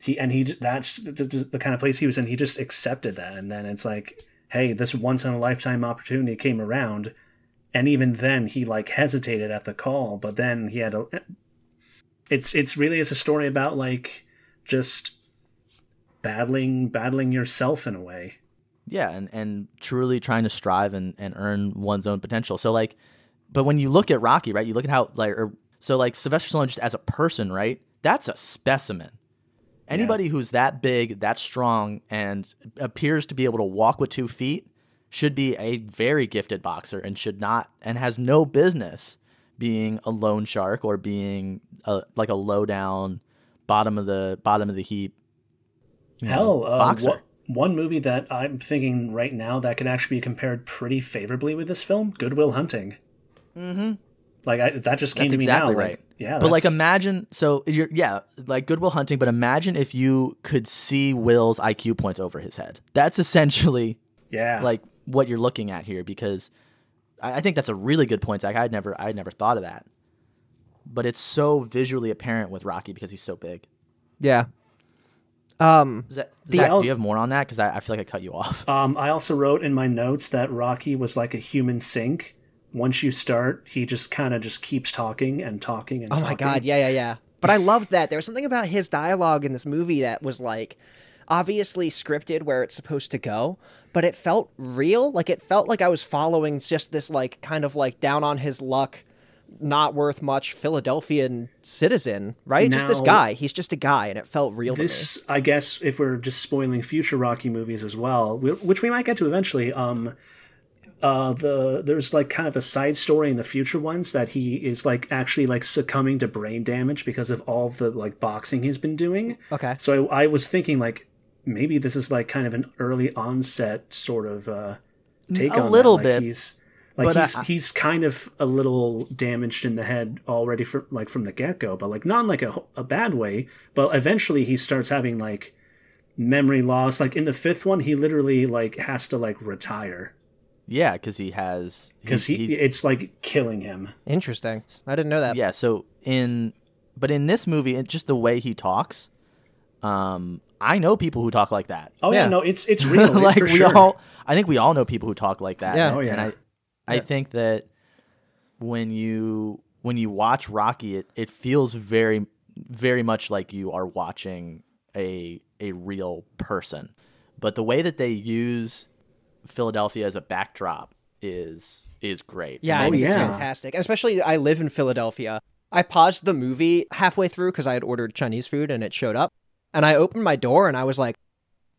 Speaker 1: he and he j- that's the, the the kind of place he was in he just accepted that and then it's like hey this once in a lifetime opportunity came around and even then he like hesitated at the call but then he had a it's it's really is a story about like just battling battling yourself in a way
Speaker 4: Yeah, and, and truly trying to strive and, and earn one's own potential. So like but when you look at Rocky, right, you look at how like or, so like Sylvester Stallone just as a person, right? That's a specimen. Anybody who's that big, that strong, and appears to be able to walk with two feet should be a very gifted boxer and should not and has no business being a loan shark or being a, like a low down bottom of the bottom of the heap
Speaker 1: Hell, uh,
Speaker 4: boxer.
Speaker 1: wha- one movie that I'm thinking right now that could actually be compared pretty favorably with this film, Goodwill Hunting. Mm-hmm. Like I, that just came
Speaker 4: That's
Speaker 1: to me
Speaker 4: exactly
Speaker 1: now. like,
Speaker 4: right.
Speaker 1: yeah,
Speaker 4: but like
Speaker 1: that's-
Speaker 4: imagine so you're yeah like Goodwill Hunting, but imagine if you could see Will's IQ points over his head. That's essentially
Speaker 1: yeah,
Speaker 4: like what you're looking at here because I, I think that's a really good point. Zach. I'd never I'd never thought of that. but it's so visually apparent with Rocky because he's so big.
Speaker 3: Yeah.
Speaker 1: Um,
Speaker 4: Zach, Zach
Speaker 1: al-
Speaker 4: do you have more on that? Because I, I feel like I cut you off.
Speaker 1: Um, I also wrote in my notes that Rocky was like a human sink. Once you start, he just kind of just keeps talking and talking and
Speaker 3: Oh my
Speaker 1: talking.
Speaker 3: god, yeah, yeah, yeah. But I loved that. There was something about his dialogue in this movie that was like obviously scripted where it's supposed to go, but it felt real. Like it felt like I was following just this like kind of like down on his luck, not worth much Philadelphian citizen, right? just this
Speaker 1: Now-
Speaker 3: guy. He's just a guy and it felt real to me.
Speaker 1: This, I guess, if we're just spoiling future Rocky movies as well, wh- which we might get to eventually. Um, uh, the there's like kind of a side story in the future ones that he is like actually like succumbing to brain damage because of all the like boxing he's been doing.
Speaker 3: Okay.
Speaker 1: So I, I was thinking like maybe this is like kind of an early onset sort of uh, take
Speaker 4: a
Speaker 1: on
Speaker 4: little
Speaker 1: that. Like
Speaker 4: bit,
Speaker 1: He's, like
Speaker 4: but I-
Speaker 1: he's he's kind of a little damaged in the head already from like from the get go, but like not in like a a bad way. But eventually he starts having like memory loss. Like in the fifth one, he literally like has to like retire
Speaker 4: Yeah, because he has
Speaker 1: because
Speaker 4: he's-
Speaker 1: he,
Speaker 4: he's-
Speaker 1: it's like killing him.
Speaker 3: Interesting. I didn't know that.
Speaker 4: yeah. So in but in this movie, it, just the way he talks, um, I know people who talk like that.
Speaker 1: Oh yeah,
Speaker 3: Yeah.
Speaker 1: no, it's it's real it-
Speaker 4: like
Speaker 1: for
Speaker 4: we
Speaker 1: sure.
Speaker 4: all, I think we all know people who talk like that.
Speaker 3: Yeah.
Speaker 4: And,
Speaker 1: Oh, yeah.
Speaker 4: and I, I think that when you when you watch Rocky, it, it feels very very much like you are watching a a real person. But the way that they use Philadelphia as a backdrop is is great.
Speaker 3: Yeah,
Speaker 4: And
Speaker 3: I
Speaker 1: Oh,
Speaker 3: think it's
Speaker 1: yeah.
Speaker 3: fantastic. And especially, I live in Philadelphia. I paused the movie halfway through because I had ordered Chinese food and it showed up. And I opened my door and I was like,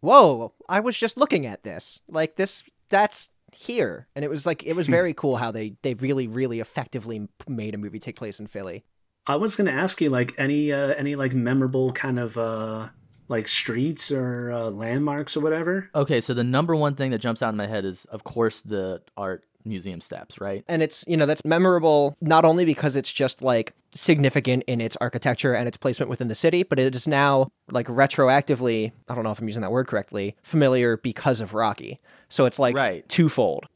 Speaker 3: whoa, I was just looking at this. Like, this, that's here. And it was like, it was very cool how they, they really, really effectively made a movie take place in Philly.
Speaker 1: I was gonna ask you like any uh, any like memorable kind of uh, like streets or uh, landmarks or whatever.
Speaker 4: Okay, so the number one thing that jumps out in my head is, of course, the art museum steps, right?
Speaker 3: And it's, you know, that's memorable not only because it's just like significant in its architecture and its placement within the city, but it is now like retroactively, I don't know if I'm using that word correctly, familiar because of Rocky. So it's like
Speaker 4: Right.
Speaker 3: twofold.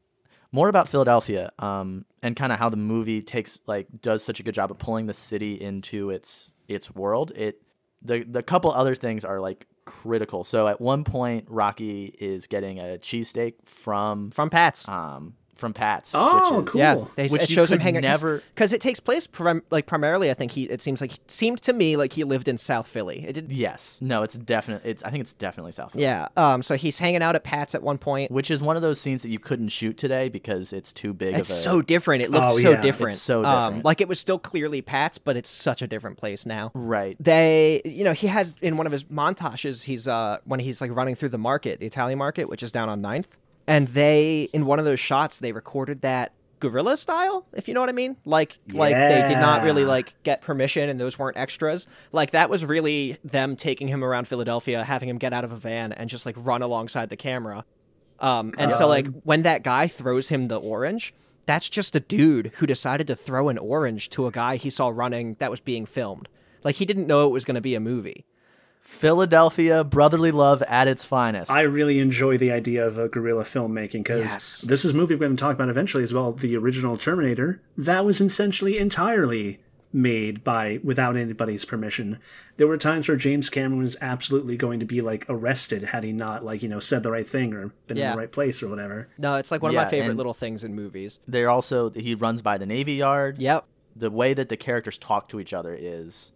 Speaker 4: More about Philadelphia, um, and kind of how the movie takes, like, does such a good job of pulling the city into its its world. It the the couple other things are like critical. So at one point, Rocky is getting a cheesesteak from
Speaker 3: From Pat's.
Speaker 4: um from Pat's.
Speaker 1: Oh,
Speaker 4: which is,
Speaker 1: cool.
Speaker 3: Yeah, they,
Speaker 4: Which
Speaker 3: it
Speaker 4: you
Speaker 3: shows him
Speaker 4: could
Speaker 3: hanging
Speaker 4: never-
Speaker 3: because it takes place prim- like primarily. I think he it seems like seemed to me like he lived in South Philly. It did,
Speaker 4: Yes. No, it's definitely. It's I think it's definitely South. Philly.
Speaker 3: yeah. Um, so he's hanging out at Pat's at one point.
Speaker 4: Which is one of those scenes that you couldn't shoot today because it's too big.
Speaker 3: It's
Speaker 4: of a,
Speaker 3: so different. It looked
Speaker 1: Oh,
Speaker 3: so
Speaker 1: yeah.
Speaker 3: different. Um,
Speaker 4: It's so different.
Speaker 3: like it was still clearly Pat's, but it's such a different place now.
Speaker 4: right.
Speaker 3: They, you know, he has in one of his montages, he's uh when he's like running through the market, the Italian market, which is down on 9th. And they in one of those shots, they recorded that guerrilla style, if you know what I mean. Like like they did not really
Speaker 1: Yeah.
Speaker 3: like get permission and those weren't extras. Like that was really them taking him around Philadelphia, having him get out of a van and just like run alongside the camera. Um, and so like when that guy throws him the orange, that's just a dude who decided to throw an orange to a guy he saw running that was being filmed. Like he didn't know it was going to be a movie.
Speaker 4: Philadelphia brotherly love at its finest.
Speaker 1: I really enjoy the idea of a guerrilla filmmaking because
Speaker 3: Yes.
Speaker 1: this is a movie we're going to talk about eventually as well. The original Terminator that was essentially entirely made by without anybody's permission. There were times where James Cameron was absolutely going to be like arrested had he not like you know said the right thing or been in
Speaker 3: Yeah.
Speaker 1: the right place or whatever.
Speaker 3: No, it's like one of
Speaker 4: Yeah,
Speaker 3: my favorite
Speaker 4: and-
Speaker 3: little things in movies.
Speaker 4: They're also he runs by the Navy Yard.
Speaker 3: Yep.
Speaker 4: The way that the characters talk to each other is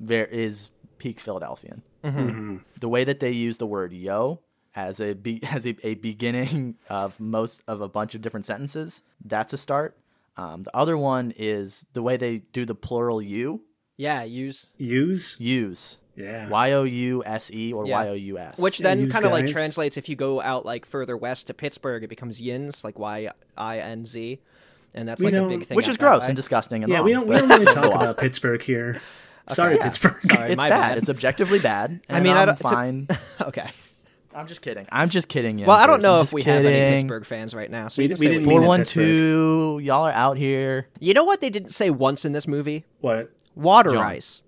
Speaker 4: there is peak Philadelphian.
Speaker 3: Mm-hmm.
Speaker 1: Mm-hmm.
Speaker 4: The way that they use the word "yo" as a be, as a, a beginning of most of a bunch of different sentences that's a start. Um, the other one is the way they do the plural "you"
Speaker 3: Yeah, use
Speaker 1: Use
Speaker 4: use
Speaker 1: yeah.
Speaker 4: y o u s e or
Speaker 3: Yeah.
Speaker 4: y o u s,
Speaker 3: which
Speaker 1: Yeah,
Speaker 3: then
Speaker 1: use
Speaker 3: kind of like
Speaker 1: guys.
Speaker 3: translates if you go out like further west to Pittsburgh, it becomes yins, like y i n z, and that's
Speaker 1: We
Speaker 3: like a
Speaker 1: don't-
Speaker 3: big thing.
Speaker 4: which
Speaker 3: out
Speaker 4: is
Speaker 3: that
Speaker 4: gross
Speaker 3: way.
Speaker 4: and disgusting. And
Speaker 1: Yeah,
Speaker 4: wrong,
Speaker 1: we don't we
Speaker 4: but-
Speaker 1: don't really
Speaker 4: Go
Speaker 1: talk
Speaker 4: off.
Speaker 1: about Pittsburgh here. Sorry, Pittsburgh.
Speaker 3: Sorry,
Speaker 4: It's
Speaker 3: my
Speaker 4: bad.
Speaker 3: bad.
Speaker 4: It's objectively bad. I
Speaker 3: mean,
Speaker 4: mean,
Speaker 3: I
Speaker 4: I'm
Speaker 3: don't- it's a-
Speaker 4: fine.
Speaker 3: okay.
Speaker 4: I'm just kidding. I'm just kidding.
Speaker 3: Well, I don't
Speaker 4: Yenzers.
Speaker 3: know
Speaker 4: I'm
Speaker 3: if
Speaker 4: just
Speaker 3: we have
Speaker 4: kidding.
Speaker 3: any Pittsburgh fans right now. So
Speaker 1: We
Speaker 3: you
Speaker 1: d-
Speaker 3: can
Speaker 1: we
Speaker 3: say
Speaker 1: didn't
Speaker 3: what
Speaker 1: mean
Speaker 3: you
Speaker 1: it.
Speaker 3: want.
Speaker 4: 412, y'all are out here.
Speaker 3: You know what they didn't say once in this movie?
Speaker 1: What?
Speaker 3: Water
Speaker 4: John.
Speaker 3: ice.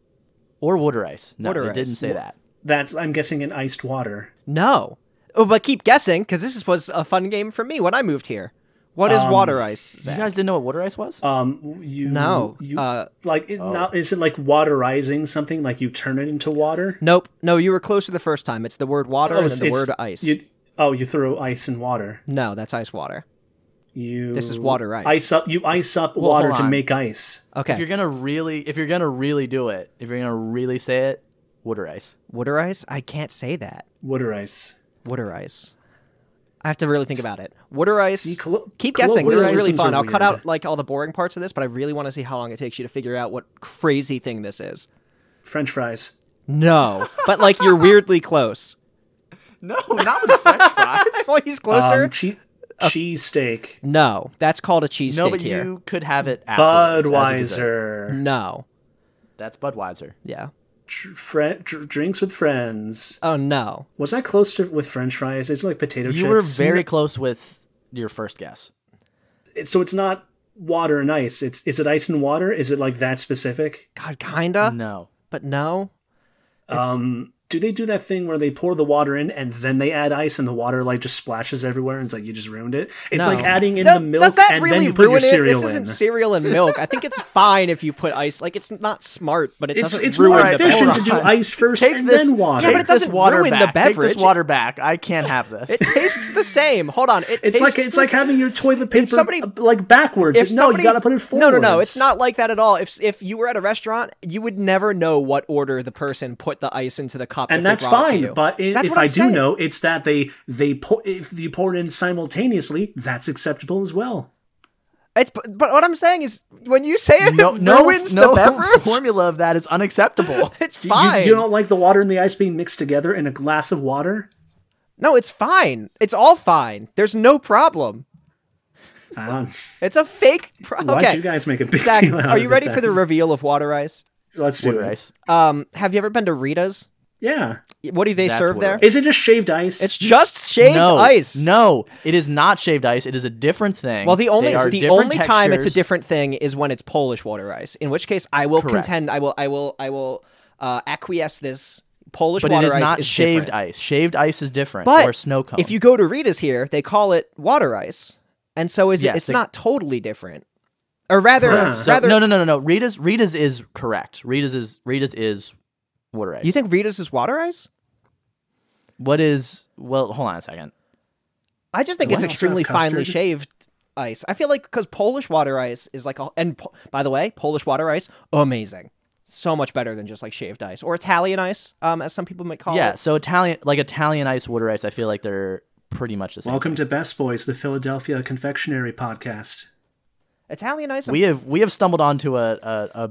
Speaker 4: Or water ice. No,
Speaker 3: Water
Speaker 4: they didn't
Speaker 3: ice.
Speaker 4: say that.
Speaker 1: That's I'm guessing in iced water.
Speaker 3: No. Oh, but keep guessing because this was a fun game for me when I moved here. What
Speaker 4: Um,
Speaker 3: is water ice? Zach?
Speaker 4: You guys didn't know what water ice was?
Speaker 1: Um, you
Speaker 3: No,
Speaker 1: you
Speaker 3: uh,
Speaker 1: like it, now is it like waterizing something? Like you turn it into water?
Speaker 3: Nope. No, you were closer the first time. It's the word water
Speaker 4: Oh,
Speaker 3: and
Speaker 1: it's-
Speaker 3: then the
Speaker 1: it's-
Speaker 3: word ice.
Speaker 1: You, oh, you throw ice in water.
Speaker 3: No, that's ice water.
Speaker 1: You
Speaker 3: This is water ice.
Speaker 1: Ice up. You ice up
Speaker 4: Well,
Speaker 1: water
Speaker 4: hold
Speaker 1: to
Speaker 4: on.
Speaker 1: make ice.
Speaker 4: If you're
Speaker 3: Okay.
Speaker 4: gonna really, if you're gonna really do it, if you're gonna really say it, water ice.
Speaker 3: Water ice? I can't say that.
Speaker 1: Water ice.
Speaker 3: Water ice. I have to really think about it. Water ice.
Speaker 1: collo-
Speaker 3: Keep guessing. This is really
Speaker 1: colloquialisms
Speaker 3: fun.
Speaker 1: are
Speaker 3: I'll cut
Speaker 1: weird.
Speaker 3: out like all the boring parts of this, but I really want to see how long it takes you to figure out what crazy thing this is.
Speaker 1: French fries.
Speaker 3: No, but like you're weirdly close.
Speaker 4: No, not with French fries.
Speaker 3: Oh, he's closer.
Speaker 1: Um, che-
Speaker 4: Uh,
Speaker 1: cheese steak.
Speaker 3: no, that's called a cheesesteak
Speaker 4: no, but
Speaker 3: here.
Speaker 4: you could have it. afterwards as a dessert.
Speaker 1: Budweiser.
Speaker 3: No.
Speaker 4: That's Budweiser.
Speaker 3: Yeah.
Speaker 1: Tr- fri- dr- drinks with friends.
Speaker 3: Oh no.
Speaker 1: Was I close to with French fries? It's like potato chips.
Speaker 4: You were very close with your first guess.
Speaker 1: So it's not water and ice. It's is it ice and water? Is it like that specific?
Speaker 3: God, kinda,
Speaker 4: No.
Speaker 3: but no.
Speaker 1: Um, do they do that thing where they pour the water in and then they add ice and the water like just splashes everywhere and it's like you just ruined it? It's
Speaker 3: No.
Speaker 1: like adding in
Speaker 3: Does-
Speaker 1: the milk
Speaker 3: does that
Speaker 1: and
Speaker 3: really
Speaker 1: then you put your
Speaker 3: ruin it?
Speaker 1: cereal
Speaker 3: This
Speaker 1: in.
Speaker 3: isn't cereal and milk. I think it's fine if you put ice. Like it's not smart, but it
Speaker 1: it's
Speaker 3: doesn't
Speaker 1: it's
Speaker 3: ruin
Speaker 1: more
Speaker 3: the
Speaker 1: efficient to
Speaker 3: beverage.
Speaker 1: do ice first
Speaker 4: Take
Speaker 1: and
Speaker 4: this
Speaker 1: then water.
Speaker 3: Yeah,
Speaker 4: Take
Speaker 3: but it
Speaker 4: this
Speaker 3: doesn't
Speaker 4: water
Speaker 3: ruin the
Speaker 4: back. Take
Speaker 3: beverage.
Speaker 4: this water back. I can't have this.
Speaker 3: It tastes the same. Hold on. It
Speaker 1: it's like
Speaker 3: tastes
Speaker 1: it's
Speaker 3: the
Speaker 1: like having your toilet paper
Speaker 3: somebody-
Speaker 1: uh, like backwards.
Speaker 3: If
Speaker 1: no,
Speaker 3: somebody-
Speaker 1: you got to put it
Speaker 3: No,
Speaker 1: forward.
Speaker 3: no, no. It's not like that at all. If if you were at a restaurant, you would never know what order the person put the ice into the cup. if
Speaker 1: and
Speaker 3: they
Speaker 1: that's
Speaker 3: brought it to
Speaker 1: fine.
Speaker 3: you.
Speaker 1: But i
Speaker 3: That's
Speaker 1: if
Speaker 3: what I'm
Speaker 1: I do
Speaker 3: saying.
Speaker 1: know, it's that they they pour, if you pour it in simultaneously, that's acceptable as well.
Speaker 3: it's but, but what I'm saying is when you say it,
Speaker 4: no,
Speaker 3: it
Speaker 4: no,
Speaker 3: ruins
Speaker 4: no
Speaker 3: the beverage.
Speaker 4: formula of that is unacceptable.
Speaker 3: It's
Speaker 1: You- you-
Speaker 3: fine.
Speaker 1: You, don't like the water and the ice being mixed together in a glass of water?
Speaker 3: No, it's fine. It's all fine. There's no problem.
Speaker 1: I don't.
Speaker 3: It's a fake. Pro-
Speaker 1: Um, Why'd
Speaker 3: okay.
Speaker 1: you guys make a big
Speaker 3: Zach,
Speaker 1: deal out
Speaker 3: are
Speaker 1: of
Speaker 3: you
Speaker 1: it
Speaker 3: ready
Speaker 1: then?
Speaker 3: for the reveal of water ice?
Speaker 1: Let's do
Speaker 4: water
Speaker 1: it.
Speaker 4: ice.
Speaker 3: Um, have you ever been to Rita's?
Speaker 1: Yeah.
Speaker 3: What do they
Speaker 4: That's
Speaker 3: serve
Speaker 4: water
Speaker 3: there?
Speaker 4: ice.
Speaker 1: Is it just shaved ice?
Speaker 3: It's just shaved
Speaker 4: no,
Speaker 3: ice.
Speaker 4: No, it is not shaved ice. It is a different thing.
Speaker 3: Well, the only
Speaker 4: They are
Speaker 3: the
Speaker 4: different
Speaker 3: only time it's a
Speaker 4: textures.
Speaker 3: different thing is when it's Polish water ice. In which case, I will
Speaker 4: Correct.
Speaker 3: contend. I will. I will. I will uh, acquiesce this. Polish
Speaker 4: But it
Speaker 3: water
Speaker 4: is
Speaker 3: ice
Speaker 4: not
Speaker 3: is
Speaker 4: shaved
Speaker 3: different.
Speaker 4: ice. Shaved ice is different.
Speaker 3: But
Speaker 4: or snow cone.
Speaker 3: If you go to Rita's here, they call it water ice, and so is it-
Speaker 4: Yes,
Speaker 3: it's
Speaker 4: it-
Speaker 3: not totally different. Or rather,
Speaker 1: Correct.
Speaker 4: so,
Speaker 3: rather,
Speaker 4: no, no, no, no, no. Rita's Rita's is correct. Rita's is Rita's is water ice.
Speaker 3: you think Rita's is water ice?
Speaker 4: what is? Well, hold on a second.
Speaker 3: I just think
Speaker 1: Do I
Speaker 3: it's
Speaker 1: also have
Speaker 3: extremely finely
Speaker 1: custard?
Speaker 3: shaved ice. I feel like because Polish water ice is like, a, and po- by the way, Polish water ice, amazing, so much better than just like shaved ice or Italian ice, um, as some people might call
Speaker 4: yeah.
Speaker 3: it.
Speaker 4: So Italian, like Italian ice, water ice. I feel like they're pretty much the same.
Speaker 1: Welcome to Best Boys, the Philadelphia confectionery podcast.
Speaker 3: Italian ice. um,
Speaker 4: We have we have stumbled onto a a,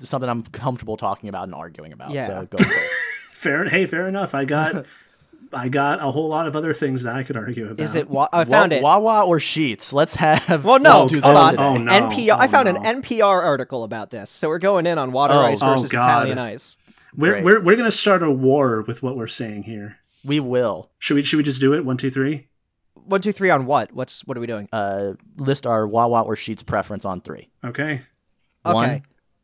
Speaker 4: a something I'm comfortable talking about and arguing about.
Speaker 3: Yeah.
Speaker 4: So go for it.
Speaker 1: Fair. Hey, fair enough. I got. I got a whole lot of other things that I could argue about.
Speaker 3: is it? Wa- I found
Speaker 4: uh, Wa-
Speaker 3: it.
Speaker 4: Wawa or sheets. Let's have.
Speaker 3: well, no,
Speaker 4: let's do this
Speaker 3: hold on.
Speaker 4: today.
Speaker 1: Oh, no.
Speaker 3: NPR. I
Speaker 1: Oh,
Speaker 3: found
Speaker 1: no.
Speaker 3: an NPR article about this, so we're going in on water
Speaker 4: Oh.
Speaker 3: ice
Speaker 1: Oh,
Speaker 3: versus
Speaker 1: God.
Speaker 3: Italian ice.
Speaker 1: We're
Speaker 4: Great.
Speaker 1: we're, we're gonna start a war with what we're saying here.
Speaker 4: We will
Speaker 1: Should we should we just do it? One, two, three.
Speaker 3: One, two, three on what? What's what are we doing?
Speaker 4: uh, list our Wawa or sheets preference on three.
Speaker 1: Okay.
Speaker 3: okay,
Speaker 4: One,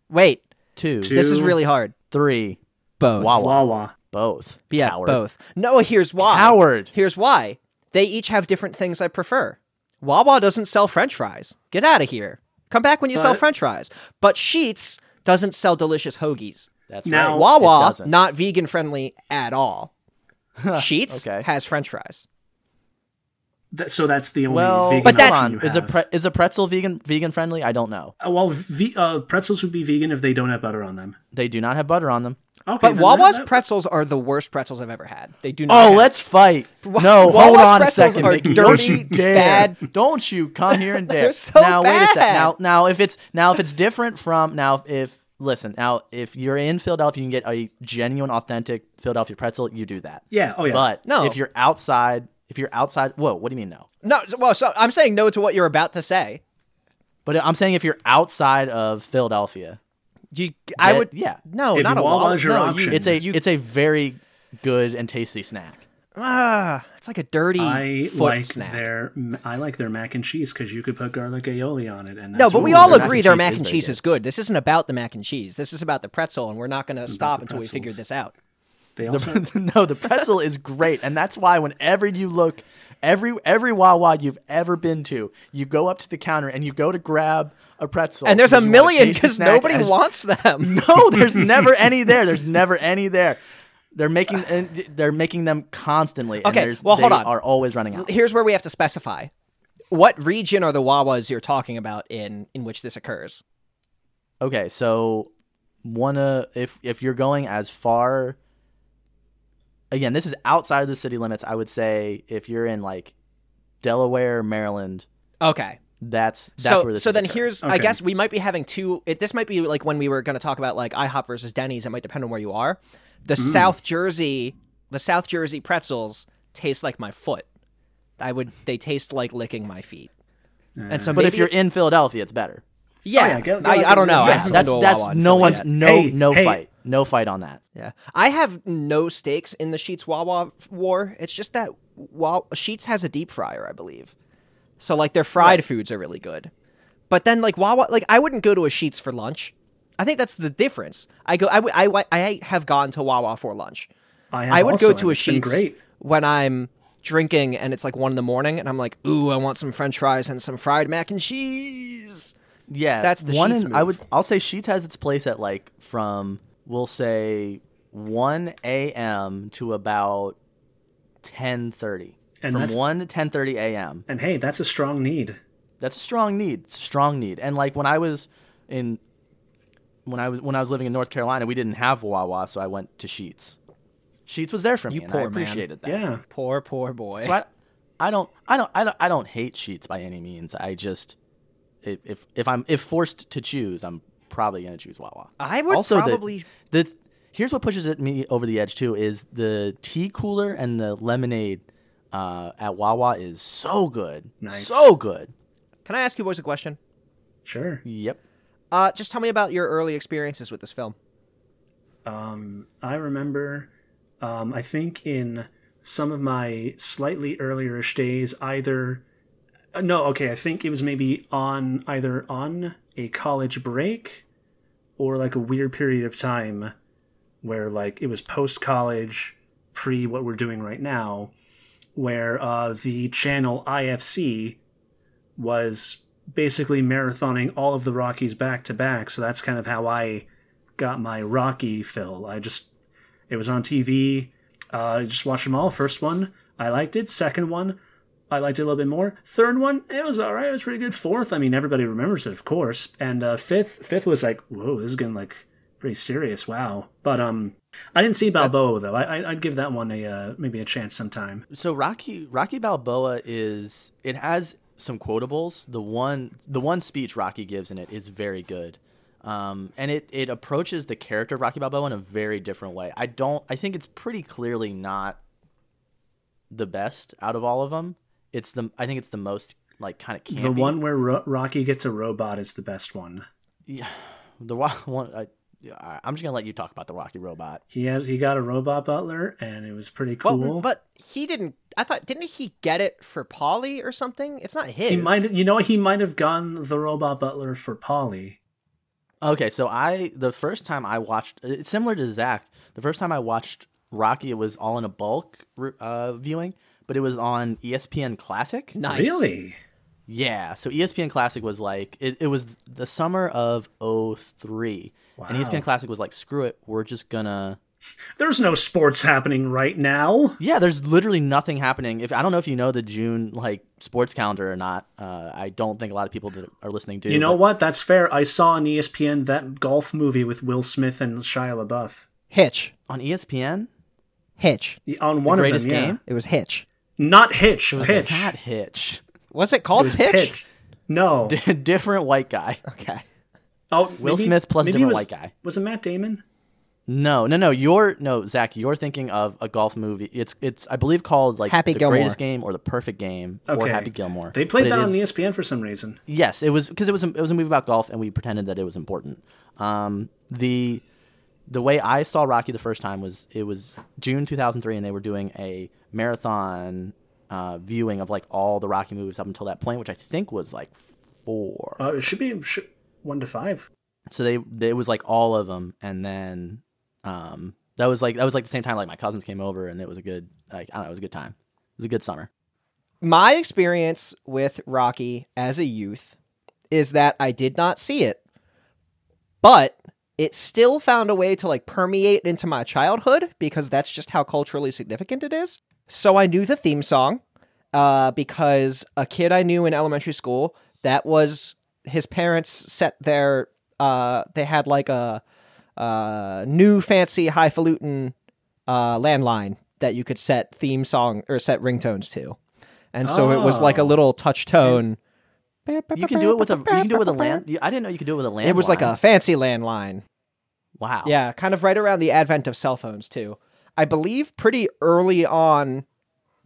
Speaker 3: wait.
Speaker 4: two,
Speaker 1: Two.
Speaker 3: This is really hard.
Speaker 4: three.
Speaker 3: Both.
Speaker 4: Wow. Wawa.
Speaker 1: Wawa.
Speaker 4: Both.
Speaker 3: Yeah,
Speaker 4: Coward.
Speaker 3: both. No, here's why.
Speaker 4: Coward.
Speaker 3: Here's why. They each have different things I prefer. Wawa doesn't sell french fries. Get out of here. Come back when you sell
Speaker 1: But-
Speaker 3: french fries. But Sheets doesn't sell delicious hoagies.
Speaker 4: That's
Speaker 1: Now-
Speaker 4: right. It
Speaker 3: Wawa,
Speaker 4: doesn't.
Speaker 3: not vegan friendly at all. Sheets
Speaker 4: Okay.
Speaker 3: has french fries.
Speaker 1: That, so that's the only.
Speaker 4: Well,
Speaker 1: vegan
Speaker 3: But that's-
Speaker 1: option
Speaker 4: hold
Speaker 1: you
Speaker 4: on. is a
Speaker 1: have.
Speaker 4: pre- is a pretzel vegan vegan friendly? I don't know.
Speaker 1: Uh, well, ve- uh, pretzels would be vegan if they don't have butter on them.
Speaker 4: They do not have butter on them.
Speaker 1: Okay,
Speaker 3: But
Speaker 1: then
Speaker 3: Wawa's
Speaker 1: that- that-
Speaker 3: pretzels are the worst pretzels I've ever had. They do not.
Speaker 4: Oh,
Speaker 3: have-
Speaker 4: let's fight!
Speaker 3: Wa-
Speaker 4: No, hold
Speaker 3: Wawa's
Speaker 4: on a
Speaker 3: pretzels
Speaker 4: second.
Speaker 3: are dirty,
Speaker 4: Mickey. don't you dare!
Speaker 3: bad.
Speaker 4: Don't you come here and dare?
Speaker 3: They're so
Speaker 4: now wait a
Speaker 3: bad.
Speaker 4: second. Now, now if it's now if it's different from now if listen now if you're in Philadelphia, you can get a genuine, authentic Philadelphia pretzel. You do that.
Speaker 1: Yeah. Oh yeah.
Speaker 4: But
Speaker 3: No.
Speaker 4: if you're outside, if you're outside, whoa, what do you mean no?
Speaker 3: No, so- well, so I'm saying no to what you're about to say.
Speaker 4: But I'm saying if you're outside of Philadelphia,
Speaker 3: You, I
Speaker 4: that-
Speaker 3: would.
Speaker 4: yeah,
Speaker 3: No,
Speaker 1: If
Speaker 3: not a Wawa.
Speaker 1: Wawa's your
Speaker 3: no,
Speaker 1: option,
Speaker 4: it's a it's a very good and tasty snack.
Speaker 3: Ah, it's like a dirty
Speaker 1: I
Speaker 3: foot
Speaker 1: like
Speaker 3: snack.
Speaker 1: their I like their mac and cheese because you could put garlic aioli on it. And
Speaker 3: No,
Speaker 1: that's
Speaker 3: but we
Speaker 1: ooh,
Speaker 3: all
Speaker 4: their mac
Speaker 3: agree
Speaker 4: and
Speaker 3: their
Speaker 4: cheese
Speaker 3: mac
Speaker 4: is
Speaker 3: and
Speaker 4: very
Speaker 3: cheese
Speaker 4: good.
Speaker 3: is good. This isn't about the mac and cheese. This is about the pretzel, and we're not going to stop
Speaker 1: the
Speaker 3: until we
Speaker 1: pretzels.
Speaker 3: figure this out.
Speaker 1: They also
Speaker 4: no, the pretzel is great, and that's why whenever you look Every every Wawa you've ever been to, you go up to the counter and you go to grab a pretzel.
Speaker 3: and there's a
Speaker 4: because you wanna
Speaker 3: million
Speaker 4: taste the
Speaker 3: because
Speaker 4: snack
Speaker 3: nobody
Speaker 4: as-
Speaker 3: wants them.
Speaker 4: No, there's never any there. There's never any there. They're making and they're making them constantly. and
Speaker 3: Okay,
Speaker 4: there's-
Speaker 3: well, hold
Speaker 4: they
Speaker 3: on.
Speaker 4: Are always running out.
Speaker 3: Here's where we have to specify what region are the Wawas you're talking about in in which this occurs.
Speaker 4: Okay, so wanna if if you're going as far again, this is outside of the city limits. I would say if you're in like Delaware, Maryland,
Speaker 3: Okay.
Speaker 4: that's that's
Speaker 3: so,
Speaker 4: where this.
Speaker 3: so
Speaker 4: is
Speaker 3: then
Speaker 4: occurring.
Speaker 3: here's i
Speaker 1: Okay.
Speaker 3: guess we might be having two it, this might be like when we were going to talk about like ihop versus denny's it might depend on where you are the south jersey the south jersey pretzels taste like my foot i would they taste like licking my feet and so
Speaker 4: but if
Speaker 3: maybe
Speaker 4: you're
Speaker 3: it's-
Speaker 4: in Philadelphia, it's better.
Speaker 3: yeah,
Speaker 1: yeah, go- go
Speaker 3: I,
Speaker 1: out
Speaker 3: I don't
Speaker 1: there.
Speaker 3: know I
Speaker 1: Yeah,
Speaker 3: haven't
Speaker 4: that's
Speaker 3: been to a
Speaker 4: that's
Speaker 3: Wawa in
Speaker 4: no
Speaker 3: Philly
Speaker 4: one's
Speaker 3: yet.
Speaker 4: no
Speaker 1: Hey,
Speaker 4: no
Speaker 1: hey.
Speaker 4: fight no fight on that.
Speaker 3: yeah i have no stakes in the sheets wawa f- war it's just that Wa- sheets has a deep fryer i believe so like their fried foods are really good But then like Wawa, like I wouldn't go to a Sheets for lunch. I think that's the difference. I go, I, w- I, w- I have gone to Wawa for lunch.
Speaker 1: I, have
Speaker 3: I would
Speaker 1: also,
Speaker 3: go to
Speaker 1: and
Speaker 3: a
Speaker 1: it's been
Speaker 3: Sheets
Speaker 1: Great.
Speaker 3: when I'm drinking and it's like one in the morning and I'm like, ooh, I want some French fries and some fried mac and cheese.
Speaker 4: Yeah,
Speaker 3: That's the
Speaker 4: one.
Speaker 3: Sheetz
Speaker 4: in- I
Speaker 3: move.
Speaker 4: would. I'll say Sheets has its place at like from we'll say one a.m. to about ten thirty.
Speaker 1: And
Speaker 4: From
Speaker 1: that's-
Speaker 4: one to ten thirty a.m.
Speaker 1: And hey, that's a strong need.
Speaker 4: That's a strong need. It's a strong need. And like when I was in, when I was when I was living in North Carolina, we didn't have Wawa, so I went to Sheets. Sheets was there for me, and I
Speaker 3: poor man.
Speaker 4: appreciated that.
Speaker 1: Yeah.
Speaker 3: Poor, poor boy.
Speaker 4: So I, I don't, I don't, I don't, I don't hate sheets by any means. I just, if if, if I'm if forced to choose, I'm probably gonna choose Wawa.
Speaker 3: I would
Speaker 4: also the-
Speaker 3: probably-
Speaker 4: the, here's what pushes it me over the edge too is the tea cooler and the lemonade uh, at Wawa is so good,
Speaker 1: Nice.
Speaker 4: so good.
Speaker 3: Can I ask you boys a question?
Speaker 1: Sure.
Speaker 4: Yep.
Speaker 3: Uh, just tell me about your early experiences with this film.
Speaker 1: Um, I remember, um, I think in some of my slightly earlierish days, either uh, no, okay, I think it was maybe on either on a college break or like a weird period of time where like it was post college, pre what we're doing right now, where uh, the channel IFC was basically marathoning all of the Rockies back to back. So that's kind of how I got my Rocky fill. I just it was on TV. Uh, I just watched them all. First one, I liked it. Second one, I liked it a little bit more. Third one, it was all right. It was pretty good. Fourth, I mean, everybody remembers it, of course. And uh, fifth, fifth was like, whoa, this is getting like pretty serious. Wow. But um, I didn't see Balboa though. I, I I'd give that one a uh, maybe a chance sometime.
Speaker 4: So Rocky Rocky Balboa is it has some quotables. The one the one speech Rocky gives in it is very good. Um, and it, it approaches the character of Rocky Balboa in a very different way. I don't I think it's pretty clearly not the best out of all of them. It's the I think it's the most like kind of campy.
Speaker 1: The one where Ro- Rocky gets a robot is the best one.
Speaker 4: the wa- one I, yeah, I'm just gonna let you talk about the Rocky robot.
Speaker 1: He has he got a robot butler, and it was pretty
Speaker 3: Well,
Speaker 1: cool.
Speaker 3: but he didn't. I thought didn't he get it for Polly or something? It's not his.
Speaker 1: He might, you know, what? he might have gone the robot butler for Polly.
Speaker 4: Okay, so I the first time I watched uh, it's similar to Zach. The first time I watched Rocky, it was all in a bulk uh, viewing, but it was on E ESPN Classic.
Speaker 3: Nice.
Speaker 1: Really?
Speaker 4: Yeah, so E ESPN Classic was like it, it was the summer of 03. and E
Speaker 1: Wow.
Speaker 4: ESPN Classic was like, screw it, we're just gonna.
Speaker 1: There's no sports happening right now.
Speaker 4: Yeah, there's literally nothing happening. If I don't know if you know the June like sports calendar or not, uh, I don't think a lot of people that are listening do.
Speaker 1: You know
Speaker 4: but-
Speaker 1: what? That's fair. I saw on E ESPN that golf movie with Will Smith and Shia LaBeouf.
Speaker 3: Hitch.
Speaker 4: on E ESPN,
Speaker 3: Hitch.
Speaker 1: Y- On one
Speaker 4: Greatest
Speaker 1: of them, yeah.
Speaker 4: Game?
Speaker 3: It was Hitch.
Speaker 1: Not Hitch, Pitch.
Speaker 4: not Hitch,
Speaker 3: Was it called Hitch?
Speaker 1: Pitch. No.
Speaker 4: different white guy.
Speaker 3: Okay.
Speaker 1: Oh,
Speaker 4: Will
Speaker 1: maybe-
Speaker 4: Smith plus
Speaker 1: maybe it
Speaker 4: different
Speaker 1: was-
Speaker 4: white guy.
Speaker 1: Was it Matt Damon?
Speaker 4: No, no, no. You're no Zach. You're thinking of a golf movie. It's it's I believe called like
Speaker 3: Happy
Speaker 4: the
Speaker 3: Gilmore.
Speaker 4: greatest game or the perfect game or
Speaker 1: Okay.
Speaker 4: Happy Gilmore.
Speaker 1: They played
Speaker 4: But it
Speaker 1: that on E
Speaker 4: is-
Speaker 1: ESPN for some reason.
Speaker 4: Yes, it was because it was a, it was a movie about golf, and we pretended that it was important. Um, the the way I saw Rocky the first time was it was June 2003, and they were doing a marathon uh, viewing of like all the Rocky movies up until that point, which I think was like four.
Speaker 1: Uh, it should be should, one to five.
Speaker 4: so they, they it was like all of them and then um that was like that was like the same time like my cousins came over and it was a good like i don't know it was a good time it was a good summer
Speaker 3: my experience with Rocky as a youth is that I did not see it, but it still found a way to like permeate into my childhood because that's just how culturally significant it is. So I knew the theme song uh, because a kid I knew in elementary school that was his parents set their uh, they had like a uh, new fancy highfalutin uh, landline that you could set theme song or set ringtones to, and so it was like a
Speaker 1: Oh.
Speaker 3: little touch tone.
Speaker 4: You can do it with a you can do it with a land. I didn't know you could do it with a land.
Speaker 3: It was like a fancy landline.
Speaker 4: wow.
Speaker 3: Yeah, kind of right around the advent of cell phones too. I believe pretty early on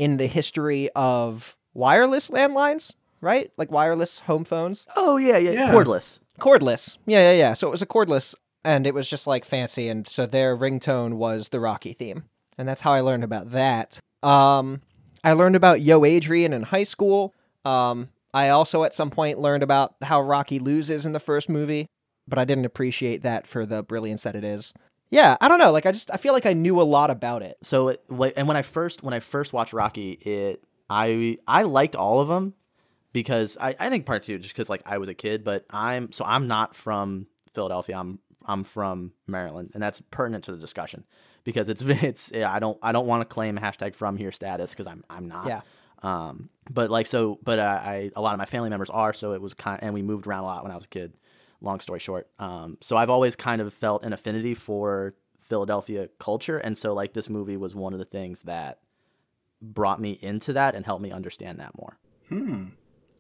Speaker 3: in the history of wireless landlines, right? Like wireless home phones.
Speaker 4: Oh yeah, yeah.
Speaker 1: Yeah.
Speaker 4: Cordless.
Speaker 3: Cordless. Yeah, yeah, yeah. So it was a cordless and it was just like fancy and so their ringtone was the Rocky theme. And that's how I learned about that. Um I learned about Yo Adrian in high school. Um I also at some point learned about how Rocky loses in the first movie, but I didn't appreciate that for the brilliance that it is. Yeah, I don't know. Like I just I feel like I knew a lot about it.
Speaker 4: So it, wh- and when I first when I first watched Rocky, it I I liked all of them because I, I think part two just because like I was a kid, but I'm so I'm not from Philadelphia. I'm I'm from Maryland, and that's pertinent to the discussion because it's it's yeah, I don't I don't want to claim hashtag from here status because I'm I'm not.
Speaker 3: Yeah.
Speaker 4: Um, but like so, but uh, I a lot of my family members are, so it was kind and we moved around a lot when I was a kid. Long story short, um, so I've always kind of felt an affinity for Philadelphia culture, and so like this movie was one of the things that brought me into that and helped me understand that more.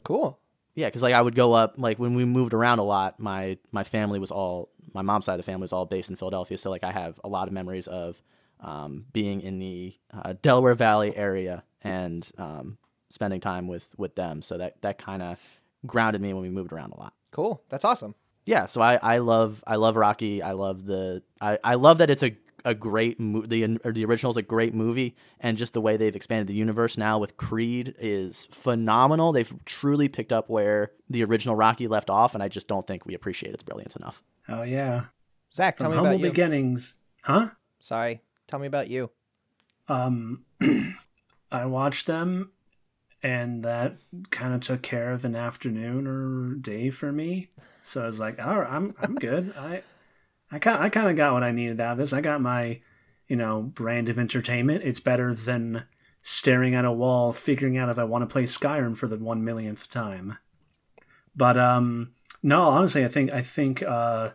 Speaker 3: Cool.
Speaker 4: Yeah, because like I would go up like when we moved around a lot. My my family was all my mom's side of the family was all based in Philadelphia, so like I have a lot of memories of um, being in the uh, Delaware Valley area and um, spending time with with them. So that that kind of grounded me when we moved around a lot.
Speaker 3: Cool. That's awesome.
Speaker 4: Yeah, so I, I love I love Rocky. I love the I, I love that it's a a great mo- the or the original's a great movie and just the way they've expanded the universe now with Creed is phenomenal. They've truly picked up where the original Rocky left off and I just don't think we appreciate its brilliance enough.
Speaker 1: Oh yeah.
Speaker 3: Zach,
Speaker 1: From
Speaker 3: tell me
Speaker 1: humble
Speaker 3: about you.
Speaker 1: beginnings, huh?
Speaker 3: Sorry. Tell me about you.
Speaker 1: Um, I watched them, and that kind of took care of an afternoon or day for me. So I was like, "All right, I'm I'm good. I I kind I kind of got what I needed out of this. I got my, you know, brand of entertainment. It's better than staring at a wall, figuring out if I want to play Skyrim for the one millionth time. But um, no, honestly, I think I think uh,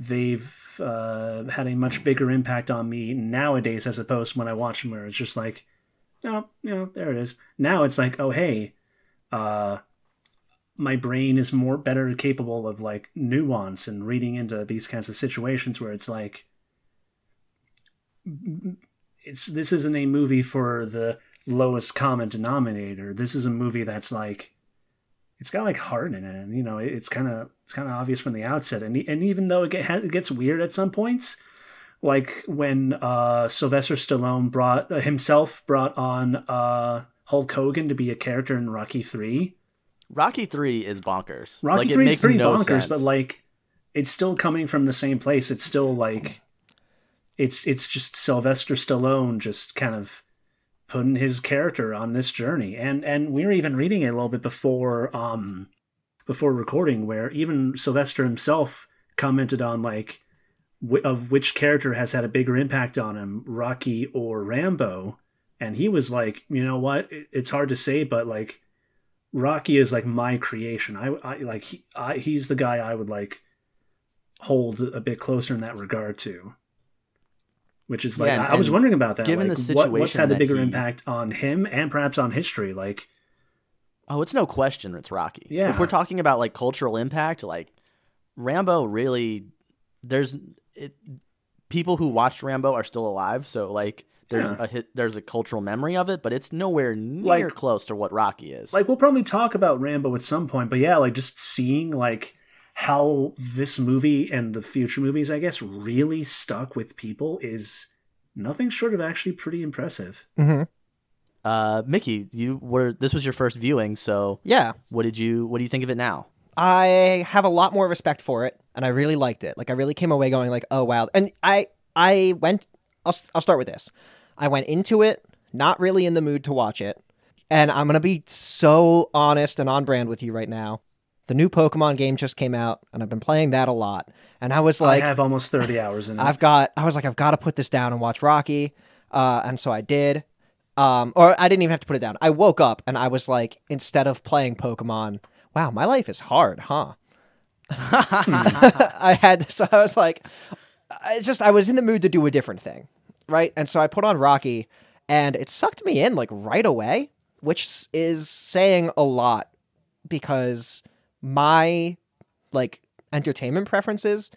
Speaker 1: they've uh, had a much bigger impact on me nowadays as opposed to when I watched them, where it's just like, oh, you know, there it is. Now it's like, oh, hey, uh, my brain is more better capable of like nuance and reading into these kinds of situations where it's like, it's this isn't a movie for the lowest common denominator. This is a movie that's like it's got like heart in it, and you know it- it's kind of it's kind of obvious from the outset. And e, and even though it, get, it gets weird at some points, like when uh, Sylvester Stallone brought uh, himself brought on uh, Hulk Hogan to be a character in Rocky Three.
Speaker 4: Rocky 3 is bonkers.
Speaker 1: Rocky
Speaker 4: like, it
Speaker 1: Three is
Speaker 4: makes
Speaker 1: pretty
Speaker 4: no
Speaker 1: bonkers,
Speaker 4: sense.
Speaker 1: but like it's still coming from the same place. It's still like it's it's just Sylvester Stallone just kind of putting his character on this journey. And and we were even reading it a little bit before um before recording where even Sylvester himself commented on like wh- of which character has had a bigger impact on him, Rocky or Rambo. And he was like, you know what? It- It's hard to say, but like Rocky is like my creation. I, I like he, I, he's the guy I would like hold a bit closer in that regard to. Which is like
Speaker 4: Yeah, and-
Speaker 1: I, I was
Speaker 4: and
Speaker 1: wondering about that.
Speaker 4: given
Speaker 1: like,
Speaker 4: the
Speaker 1: what- what's
Speaker 4: situation
Speaker 1: had the
Speaker 4: that
Speaker 1: bigger
Speaker 4: he-
Speaker 1: impact on him and perhaps on history? Like
Speaker 4: Oh, it's no question it's Rocky.
Speaker 1: Yeah.
Speaker 4: If we're talking about like cultural impact, like Rambo really there's it, people who watched Rambo are still alive, so like there's
Speaker 1: Yeah.
Speaker 4: a hit, there's a cultural memory of it, but it's nowhere near
Speaker 1: Like-
Speaker 4: close to what Rocky is.
Speaker 1: like we'll probably talk about Rambo at some point, but yeah, like just seeing like how this movie and the future movies, I guess, really stuck with people is nothing short of actually pretty impressive.
Speaker 3: Mm-hmm.
Speaker 4: uh Mickey, you were this was your first viewing, so
Speaker 3: Yeah.
Speaker 4: what did you what do you think of it now?
Speaker 3: I have a lot more respect for it, and I really liked it. Like I really came away going like, "Oh wow!" And I I went. I'll s- I'll start with this. I went into it not really in the mood to watch it, And I'm going to be so honest and on brand with you right now. The new Pokemon game just came out, and I've been playing that a lot. And I was like,
Speaker 1: I have almost 30 hours in it.
Speaker 3: I've got. I was like, I've got to put this down and watch Rocky, uh, and so I did. Um, or I didn't even have to put it down. I woke up and I was like, instead of playing Pokemon, wow, my life is hard, huh? I had so I was like, I just I was in the mood to do a different thing, right? And so I put on Rocky, and it sucked me in like right away, which s- is saying a lot because my like entertainment preferences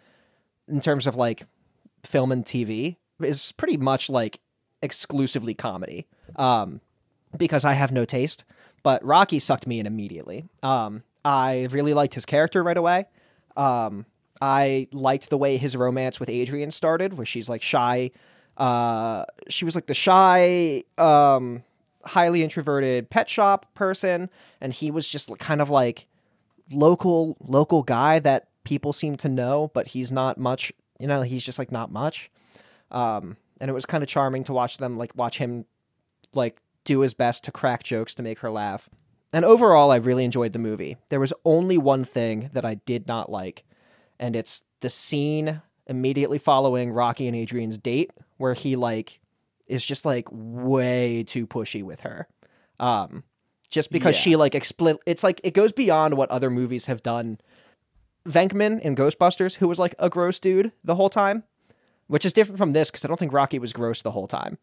Speaker 3: in terms of like film and TV is pretty much like exclusively comedy. Um, because I have no taste, but Rocky sucked me in immediately. Um, I really liked his character right away. Um, I liked the way his romance with Adrian started, where she's like shy. Uh, she was like the shy, um, highly introverted pet shop person, and he was just kind of like local local guy that people seem to know, but he's not much. You know, he's just like not much. Um, and it was kind of charming to watch them like watch him like do his best to crack jokes to make her laugh. And overall, I really enjoyed the movie. There was only one thing that I did not like, and it's the scene immediately following Rocky and Adrian's date where he like is just like way too pushy with her. Um just because she like expli it's like it goes beyond what other movies have done. Venkman in Ghostbusters who was like a gross dude the whole time, which is different from this cuz I don't think Rocky was gross the whole time.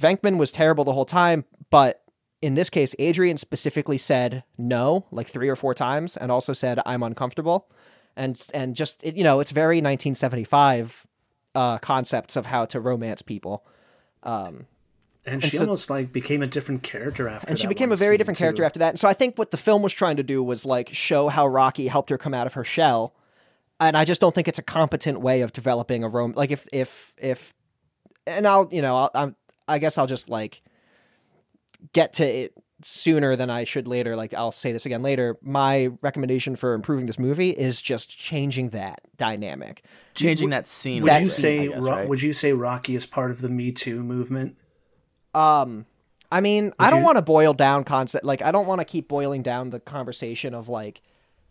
Speaker 3: Venkman was terrible the whole time, but in this case, Adrian specifically said no like three or four times, and also said I'm uncomfortable, and and just it, you know it's very 1975 uh, concepts of how to romance people.
Speaker 1: and she almost like became a different character after
Speaker 3: And she
Speaker 1: that
Speaker 3: became
Speaker 1: one
Speaker 3: a very
Speaker 1: scene,
Speaker 3: different character
Speaker 1: too.
Speaker 3: after that. And so I think what the film was trying to do was like show how Rocky helped her come out of her shell. And I just don't think it's a competent way of developing a rom. Like if if if, and I'll you know I'll, I'm I guess I'll just like get to it sooner than I should later. Like I'll say this again later. My recommendation for improving this movie is just changing that dynamic.
Speaker 4: Changing that scene.
Speaker 1: Would
Speaker 4: a
Speaker 1: you
Speaker 4: little bit,
Speaker 1: say
Speaker 4: I guess,
Speaker 1: Ro-
Speaker 4: right?
Speaker 1: would you say Rocky is part of the Me Too movement?
Speaker 3: Um, I mean, I don't
Speaker 1: you-
Speaker 3: want to boil down concept. Like, I don't want to keep boiling down the conversation of like,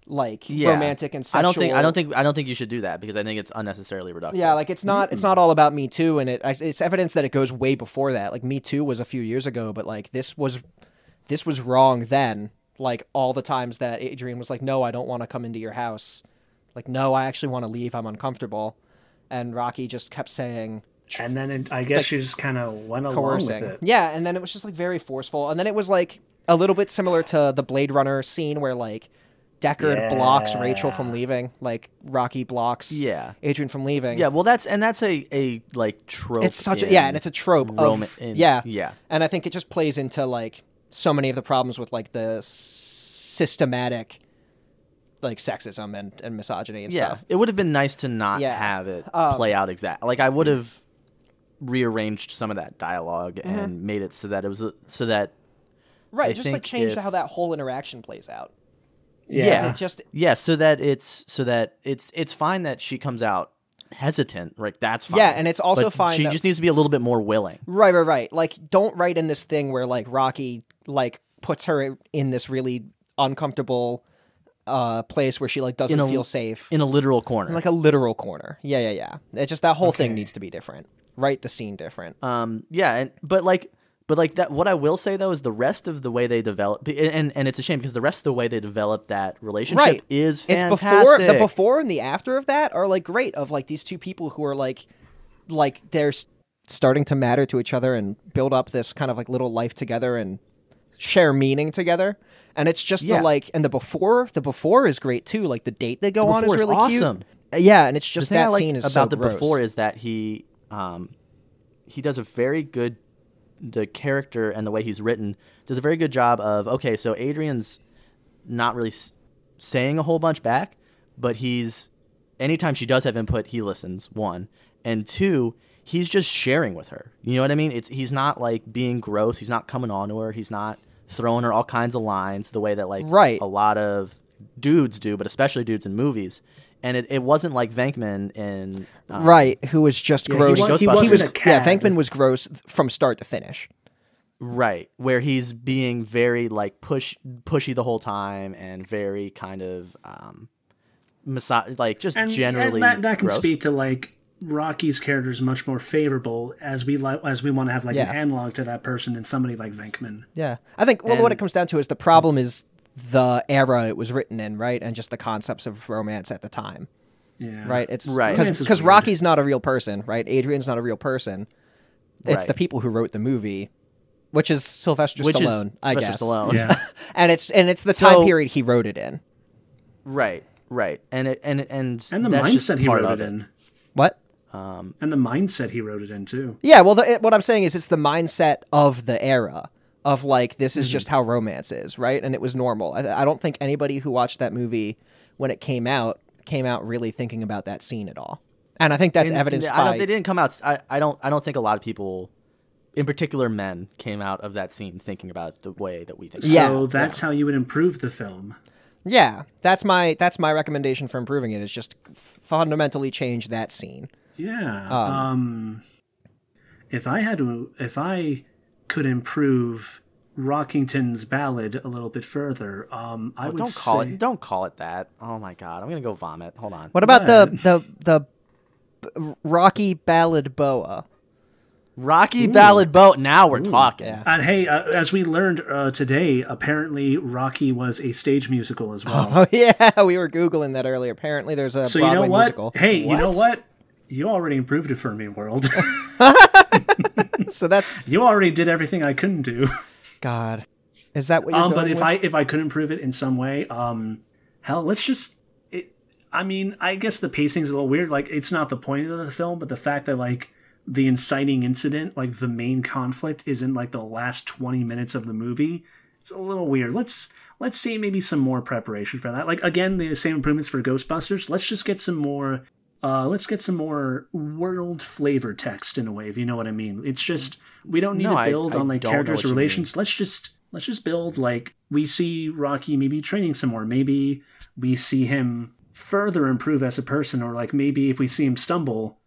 Speaker 3: like
Speaker 4: Yeah.
Speaker 3: romantic and sexual.
Speaker 4: I don't think I don't think I don't think you should do that because I think it's unnecessarily reductive.
Speaker 3: Yeah, like it's not it's not all about Me Too, and it I- it's evidence that it goes way before that. Like Me Too was a few years ago, but like this was this was wrong then. Like all the times that Adrian was like, "No, I don't want to come into your house." Like, "No, I actually want to leave. I'm uncomfortable." And Rocky just kept saying,
Speaker 1: And then it, I guess she just kind of went along
Speaker 3: coercing.
Speaker 1: with it.
Speaker 3: Yeah, and then it was just like very forceful. And then it was like a little bit similar to the Blade Runner scene where like Deckard blocks Rachel from leaving, like Rocky blocks
Speaker 4: Yeah.
Speaker 3: Adrian from leaving.
Speaker 4: Yeah, well that's and that's a a like trope.
Speaker 3: It's such a yeah, and it's a trope
Speaker 4: Roman-
Speaker 3: of
Speaker 4: in-
Speaker 3: yeah.
Speaker 4: yeah.
Speaker 3: And I think it just plays into like so many of the problems with like the s- systematic like sexism and, and misogyny and
Speaker 4: yeah.
Speaker 3: stuff.
Speaker 4: It would have been nice to not
Speaker 3: Yeah.
Speaker 4: have it
Speaker 3: Um, mm.
Speaker 4: play out exact. Like I would have rearranged some of that dialog
Speaker 3: Mm-hmm.
Speaker 4: and made it so that it was a, so that
Speaker 3: Right,
Speaker 4: I
Speaker 3: just like
Speaker 4: think
Speaker 3: change
Speaker 4: if-
Speaker 3: how that whole interaction plays out.
Speaker 1: Yeah.
Speaker 3: Is
Speaker 4: yeah
Speaker 3: it just
Speaker 4: yeah so that it's so that it's it's fine that she comes out hesitant like that's fine
Speaker 3: Yeah, and it's also
Speaker 4: But
Speaker 3: fine
Speaker 4: she
Speaker 3: that-
Speaker 4: just needs to be a little bit more willing
Speaker 3: Right, right, right. Like, don't write in this thing where like Rocky like puts her in this really uncomfortable uh place where she like doesn't
Speaker 4: In a-
Speaker 3: feel safe.
Speaker 4: in a literal corner
Speaker 3: like a literal corner. Yeah, yeah, yeah. It's just that whole thing needs to be different. Write the scene different.
Speaker 4: um yeah and but like but like that what i will say though is the rest of the way they develop and and it's a shame because the rest of the way they develop that relationship
Speaker 3: right.
Speaker 4: is
Speaker 3: it's
Speaker 4: fantastic.
Speaker 3: before the before and the after of that are like great of like these two people who are like like they're s- starting to matter to each other and build up this kind of like little life together and share meaning together. And it's just
Speaker 4: Yeah.
Speaker 3: the like and the before the before is great too. Like the date they go on is
Speaker 4: before is
Speaker 3: really
Speaker 4: awesome.
Speaker 3: cute. Uh, Yeah, and it's
Speaker 4: the
Speaker 3: just
Speaker 4: thing I
Speaker 3: that
Speaker 4: like
Speaker 3: scene is
Speaker 4: about
Speaker 3: so
Speaker 4: the
Speaker 3: gross.
Speaker 4: before is that he um he does a very good the character and the way he's written does a very good job of okay so Adrian's not really s- saying a whole bunch back but he's anytime she does have input he listens one and two he's just sharing with her you know what I mean it's he's not like being gross he's not coming on to her he's not throwing her all kinds of lines the way that like
Speaker 3: Right.
Speaker 4: a lot of dudes do, but especially dudes in movies. And it, it wasn't like Venkman in um,
Speaker 3: right, who was just
Speaker 1: Yeah, he
Speaker 3: gross.
Speaker 1: wa-
Speaker 4: he
Speaker 3: was
Speaker 4: wasn't
Speaker 3: was
Speaker 1: a
Speaker 3: yeah,
Speaker 1: cad.
Speaker 3: Venkman was gross th- from start to finish.
Speaker 4: Right, where he's being very like push pushy the whole time and very kind of um miso- like just
Speaker 1: and,
Speaker 4: generally
Speaker 1: and that, that can
Speaker 4: gross.
Speaker 1: speak to like Rocky's character is much more favorable as we li- as we want to have like
Speaker 3: Yeah.
Speaker 1: an analog to that person than somebody like Venkman.
Speaker 3: Yeah, I think well, what it
Speaker 4: And-
Speaker 3: comes down to is the problem is the era it was written in, right, and just the concepts of romance at the time,
Speaker 1: Yeah.
Speaker 3: right? It's
Speaker 4: Right.
Speaker 1: Romance is
Speaker 3: because
Speaker 1: weird.
Speaker 3: Rocky's not a real person, right? Adrian's not a real person. It's
Speaker 4: Right.
Speaker 3: the people who wrote the movie, which is Sylvester
Speaker 4: which
Speaker 3: Stallone,
Speaker 4: is
Speaker 3: I
Speaker 4: Sylvester
Speaker 3: guess.
Speaker 4: Stallone.
Speaker 1: Yeah.
Speaker 3: And it's and it's the time
Speaker 4: So-
Speaker 3: period he wrote it in.
Speaker 4: Right, right, and it, and and
Speaker 1: And the
Speaker 4: that's just
Speaker 1: mindset he
Speaker 4: part
Speaker 1: wrote it,
Speaker 4: of
Speaker 1: in.
Speaker 3: What?
Speaker 1: And the mindset he wrote it in too.
Speaker 3: Yeah, well, the, it, what I'm saying is it's the mindset of the era of like this
Speaker 1: Mm-hmm.
Speaker 3: is just how romance is, right? And it was normal. I, I don't think anybody who watched that movie when it came out came out really thinking about that scene at all. And I think that's
Speaker 4: And-
Speaker 3: evidenced
Speaker 4: and I
Speaker 3: by
Speaker 4: don't, they didn't come out. I, I don't. I don't think a lot of people, in particular men, came out of that scene thinking about it the way that we think.
Speaker 3: Yeah,
Speaker 1: so that's how you would improve the film.
Speaker 3: yeah. That's my that's my recommendation for improving it is just f- fundamentally change that scene.
Speaker 1: Yeah. Um, if I had to, if I could improve Rockington's ballad a little bit further, um, I would
Speaker 4: Don't call
Speaker 1: say-
Speaker 4: it. Don't call it that. Oh my god, I'm gonna go vomit. Hold on.
Speaker 3: What about the the the b- Rocky ballad boa?
Speaker 4: Rocky Ballad Boat. Now we're talking.
Speaker 3: yeah.
Speaker 1: And hey, uh, as we learned uh, today, apparently Rocky was a stage musical as well.
Speaker 3: Oh yeah, we were googling that earlier. Apparently, there's a
Speaker 1: so
Speaker 3: Broadway
Speaker 1: you know what?
Speaker 3: musical.
Speaker 1: Hey, you know what? You already improved it for me, world.
Speaker 3: So that's
Speaker 1: you already did everything I couldn't do.
Speaker 3: God. Is that what you're
Speaker 1: Um,
Speaker 3: going
Speaker 1: but if
Speaker 3: with?
Speaker 1: I if I could improve it in some way, um, hell, let's just. It, I mean, I guess the pacing's a little weird. Like, it's not the point of the film, but the fact that like the inciting incident, like the main conflict, is in like the last twenty minutes of the movie. It's a little weird. Let's let's see maybe some more preparation for that. Like again, the same improvements for Ghostbusters. Let's just get some more. Uh, let's get some more world flavor text in a way, if you know what I mean. It's just we don't need
Speaker 4: No,
Speaker 1: to
Speaker 4: I-
Speaker 1: build
Speaker 4: I
Speaker 1: on like
Speaker 4: don't know
Speaker 1: characters'
Speaker 4: what you mean.
Speaker 1: relations let's let's just let's just build like we see Rocky maybe training some more. Maybe we see him further improve as a person, or like maybe if we see him stumble,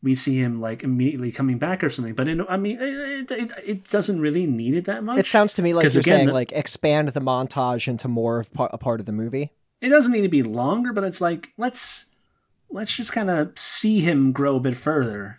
Speaker 1: we see him like immediately coming back or something. But in, I mean, it, it, it doesn't really need it that much.
Speaker 3: it sounds to me like
Speaker 1: 'Cause
Speaker 3: you're
Speaker 1: again,
Speaker 3: saying
Speaker 1: the-
Speaker 3: like expand the montage into more of par- a part of the movie.
Speaker 1: it doesn't need to be longer, but it's like let's let's just kind of see him grow a bit further.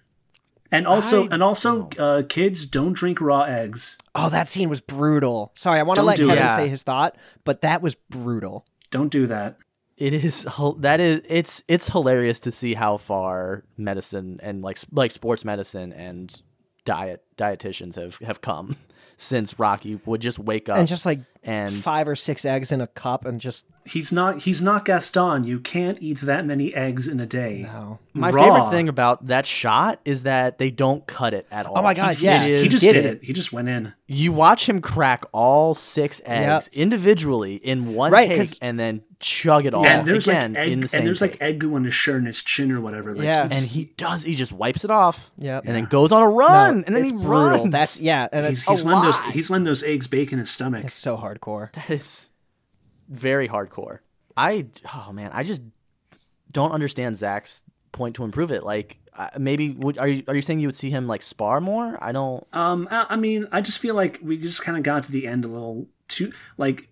Speaker 1: And also,
Speaker 4: I-
Speaker 1: and also, uh, kids don't drink raw eggs.
Speaker 3: Oh, that scene was brutal. Sorry, I want to
Speaker 1: Don't
Speaker 3: let
Speaker 1: do
Speaker 3: Kevin
Speaker 4: it.
Speaker 3: say
Speaker 4: Yeah.
Speaker 3: his thought, but that was brutal.
Speaker 1: Don't do that.
Speaker 4: It is hil- that is it's it's hilarious to see how far medicine and like s- like sports medicine and diet dietitians have have come since Rocky would just wake
Speaker 1: Oh.
Speaker 4: up
Speaker 3: And just like
Speaker 4: and
Speaker 3: five or six eggs in a cup and just
Speaker 1: He's not. He's not Gaston. You can't eat that many eggs in a day.
Speaker 3: no.
Speaker 4: my
Speaker 1: raw.
Speaker 4: favorite thing about that shot is that they don't cut it at all.
Speaker 3: Oh my
Speaker 4: He
Speaker 3: God,
Speaker 4: just-
Speaker 3: yeah.
Speaker 4: it
Speaker 1: He
Speaker 4: is-
Speaker 1: just
Speaker 3: did
Speaker 1: did,
Speaker 3: it.
Speaker 1: it. He just went in.
Speaker 4: you watch him crack all six eggs individually in one
Speaker 3: Right,
Speaker 4: take
Speaker 3: 'cause-
Speaker 4: and then chug it all
Speaker 1: and there's
Speaker 4: again
Speaker 1: like egg,
Speaker 4: in the same
Speaker 1: and there's
Speaker 4: take.
Speaker 1: like egg goo on his shirt and his chin or whatever. Like,
Speaker 3: Yeah.
Speaker 4: and he does he just wipes it off
Speaker 3: Yep.
Speaker 4: and then goes on a run and then
Speaker 3: it's
Speaker 4: he
Speaker 3: brutal.
Speaker 4: runs.
Speaker 3: That's yeah, and
Speaker 1: he's
Speaker 3: it's
Speaker 1: he's letting those
Speaker 4: lie.
Speaker 1: he's letting those eggs bake in his stomach.
Speaker 3: it's so hardcore.
Speaker 4: It's very hardcore. I oh man, I just don't understand Zach's point to improve it. Like I- maybe would, are you are you saying you would see him like spar more? I don't.
Speaker 1: Um, I, I mean, I just feel like we just kind of got to the end a little too. Like,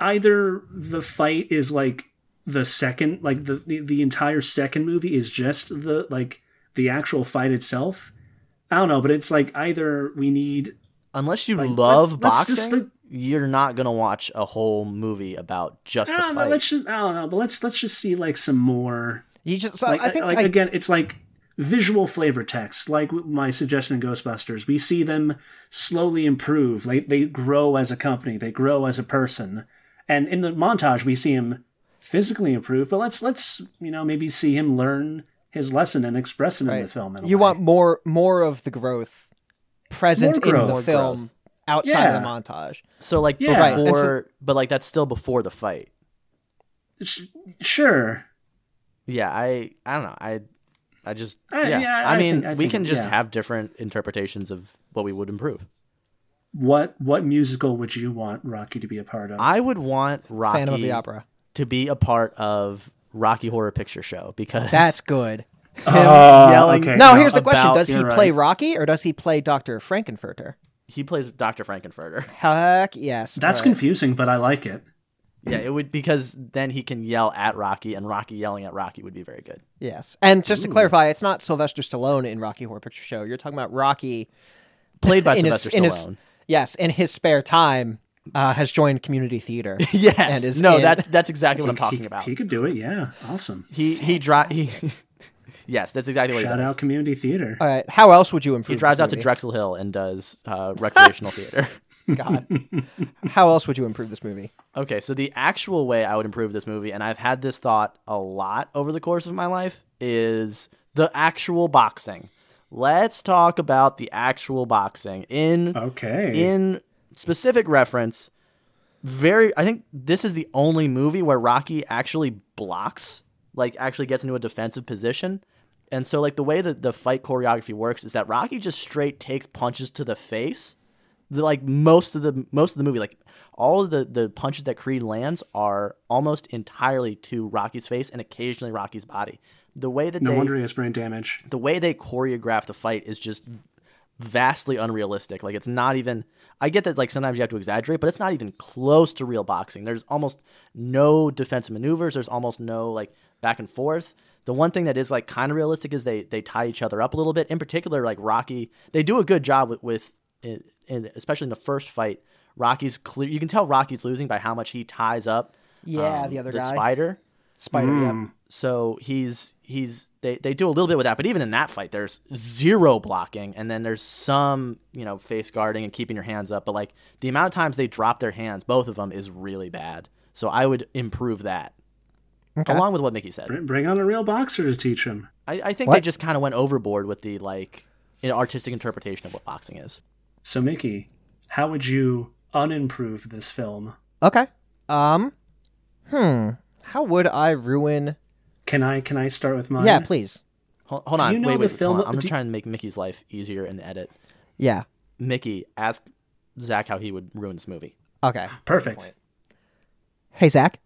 Speaker 1: either the fight is like the second, like the the, the entire second movie is just the like the actual fight itself. I don't know, but it's like either we need
Speaker 4: Unless you
Speaker 1: Like,
Speaker 4: love
Speaker 1: let's- let's
Speaker 4: boxing,
Speaker 1: just, like-
Speaker 4: you're not gonna watch a whole movie about just
Speaker 1: I don't
Speaker 4: the
Speaker 1: know,
Speaker 4: fight.
Speaker 1: Ah, let's just I don't know, but let's let's just see like some more
Speaker 3: You just so
Speaker 1: like,
Speaker 3: I think
Speaker 1: like,
Speaker 3: I,
Speaker 1: again it's like visual flavor text like my suggestion in ghostbusters we see them slowly improve like they grow as a company they grow as a person and in the montage we see him physically improve but let's let's you know maybe see him learn his lesson and express it in the
Speaker 3: Right.
Speaker 1: film in a
Speaker 3: you
Speaker 1: way.
Speaker 3: want more more of the growth present
Speaker 1: More
Speaker 3: in the
Speaker 1: growth.
Speaker 3: film
Speaker 4: growth.
Speaker 3: outside of
Speaker 1: Yeah.
Speaker 3: the montage.
Speaker 4: so like
Speaker 1: Yeah. Right,
Speaker 3: and so-
Speaker 4: before, but like that's still before the fight.
Speaker 1: Sh- sure
Speaker 4: Yeah, I I don't know. I I just
Speaker 1: I-
Speaker 4: yeah.
Speaker 1: Uh, yeah,
Speaker 4: I,
Speaker 1: I
Speaker 4: mean,
Speaker 1: think- I
Speaker 4: we
Speaker 1: think-
Speaker 4: can just
Speaker 1: yeah.
Speaker 4: have different interpretations of what we would improve.
Speaker 1: what what musical would you want rocky to be a part of
Speaker 4: I would want Rocky
Speaker 3: Phantom of the Opera.
Speaker 4: to be a part of Rocky Horror Picture Show because
Speaker 3: That's good.
Speaker 4: him yelling.
Speaker 1: Uh, okay.
Speaker 3: Now here's the question:
Speaker 4: about-
Speaker 3: Does he
Speaker 1: you're
Speaker 3: play
Speaker 1: right.
Speaker 3: Rocky or does he play Doctor Frankenfurter?
Speaker 4: He plays Dr. Frankenfurter.
Speaker 3: Heck yes.
Speaker 1: That's
Speaker 3: All right.
Speaker 1: confusing, but I like it.
Speaker 4: yeah, it would because then he can yell at Rocky, and Rocky yelling at Rocky would be very good.
Speaker 3: Yes. And just to clarify, it's not Sylvester Stallone in Rocky Horror Picture Show. You're talking about Rocky
Speaker 4: Played by
Speaker 3: in
Speaker 4: Sylvester
Speaker 3: his, in his-
Speaker 4: Stallone.
Speaker 3: yes, in his spare time, uh, has joined community theater.
Speaker 4: yes.
Speaker 3: and is
Speaker 4: no,
Speaker 3: in-
Speaker 4: that's that's exactly what I'm
Speaker 1: He-
Speaker 4: talking
Speaker 1: he,
Speaker 4: about.
Speaker 1: He could do it. Yeah, awesome.
Speaker 4: He he drives. He, yes, that's exactly what
Speaker 1: Shout
Speaker 4: he does.
Speaker 1: out community theater.
Speaker 3: All right. How else would you improve?
Speaker 4: He drives
Speaker 3: this
Speaker 4: out to
Speaker 3: movie?
Speaker 4: Drexel Hill and does uh, recreational theater.
Speaker 3: God. How else would you improve this movie?
Speaker 4: Okay, so the actual way I would improve this movie, and I've had this thought a lot over the course of my life, is the actual boxing. Let's talk about the actual boxing in
Speaker 1: okay.
Speaker 4: in specific reference. Very, I think this is the only movie where Rocky actually blocks, like actually gets into a defensive position. And so, like the way that the fight choreography works is that Rocky just straight takes punches to the face the, like most of the most of the movie, like all of the the punches that Creed lands are almost entirely to Rocky's face and occasionally Rocky's body. The way that
Speaker 1: no
Speaker 4: they
Speaker 1: wonder he has brain damage.
Speaker 4: the way they choreograph the fight is just vastly unrealistic. Like it's not even. I get that like sometimes you have to exaggerate, but it's not even close to real boxing. There's almost no defensive maneuvers. There's almost no like back and forth. The one thing that is like kind of realistic is they they tie each other up a little bit. In particular, like Rocky, they do a good job with, with in, in, especially in the first fight. Rocky's clear. You can tell Rocky's losing by how much he ties up. Um,
Speaker 3: Yeah, the other guy.
Speaker 4: spider.
Speaker 3: Spider.
Speaker 4: Hmm.
Speaker 1: Hmm.
Speaker 4: So he's he's they, they do a little bit with that, but even in that fight, there's zero blocking, and then there's some you know face guarding and keeping your hands up. But like the amount of times they drop their hands, both of them is really bad. So I would improve that, along with what Mickey said.
Speaker 1: Br- Bring on a real boxer to teach him.
Speaker 4: I, I think they
Speaker 3: What?
Speaker 4: just kind of went overboard with the like you know, artistic interpretation of what boxing is.
Speaker 1: So, Mickey, how would you unimprove this film?
Speaker 3: Yep. Okay. Um. Hmm. How would I ruin?
Speaker 1: Can I can I start with mine?
Speaker 3: Yeah, please.
Speaker 4: Hold, hold
Speaker 1: Do
Speaker 4: on,
Speaker 1: you know
Speaker 4: wait,
Speaker 1: the
Speaker 4: wait,
Speaker 1: film-
Speaker 4: hold on. I'm
Speaker 1: do-
Speaker 4: trying to make Mickey's life easier in the edit.
Speaker 3: Yeah.
Speaker 4: Mickey, ask Zach how he would ruin this movie.
Speaker 3: Okay.
Speaker 1: Perfect.
Speaker 3: Hey Zach,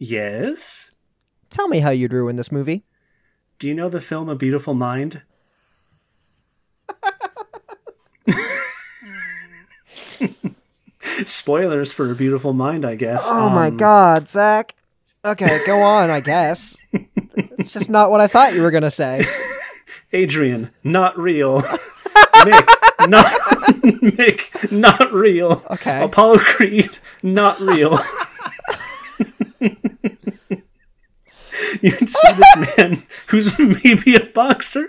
Speaker 1: Yes.
Speaker 3: tell me how you'd ruin this movie.
Speaker 1: Do you know the film A Beautiful Mind? Spoilers for A Beautiful Mind, I guess.
Speaker 3: Oh my
Speaker 1: Um,
Speaker 3: God, Zach. Okay, go on. I guess it's just not what I thought you were gonna say.
Speaker 1: Adrian, not real. Mick, not Mick, not real.
Speaker 3: Okay.
Speaker 1: Apollo Creed, not real. you can see this man who's maybe a boxer.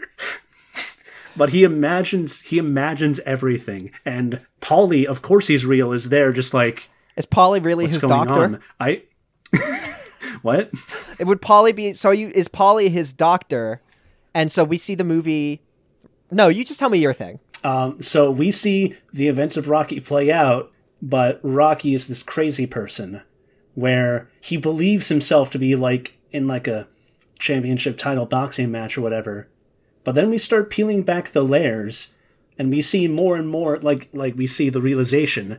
Speaker 1: But he imagines he imagines everything. And Polly, of course he's real, is there just like
Speaker 3: Is Polly really
Speaker 1: what's
Speaker 3: his
Speaker 1: going
Speaker 3: doctor?
Speaker 1: on? I What?
Speaker 3: It would Polly be so you is Polly his doctor? And so we see the movie No, you just tell me your thing.
Speaker 1: Um, so we see the events of Rocky play out, but Rocky is this crazy person where he believes himself to be like in like a championship title boxing match or whatever. But then we start peeling back the layers and we see more and more like like we see the realization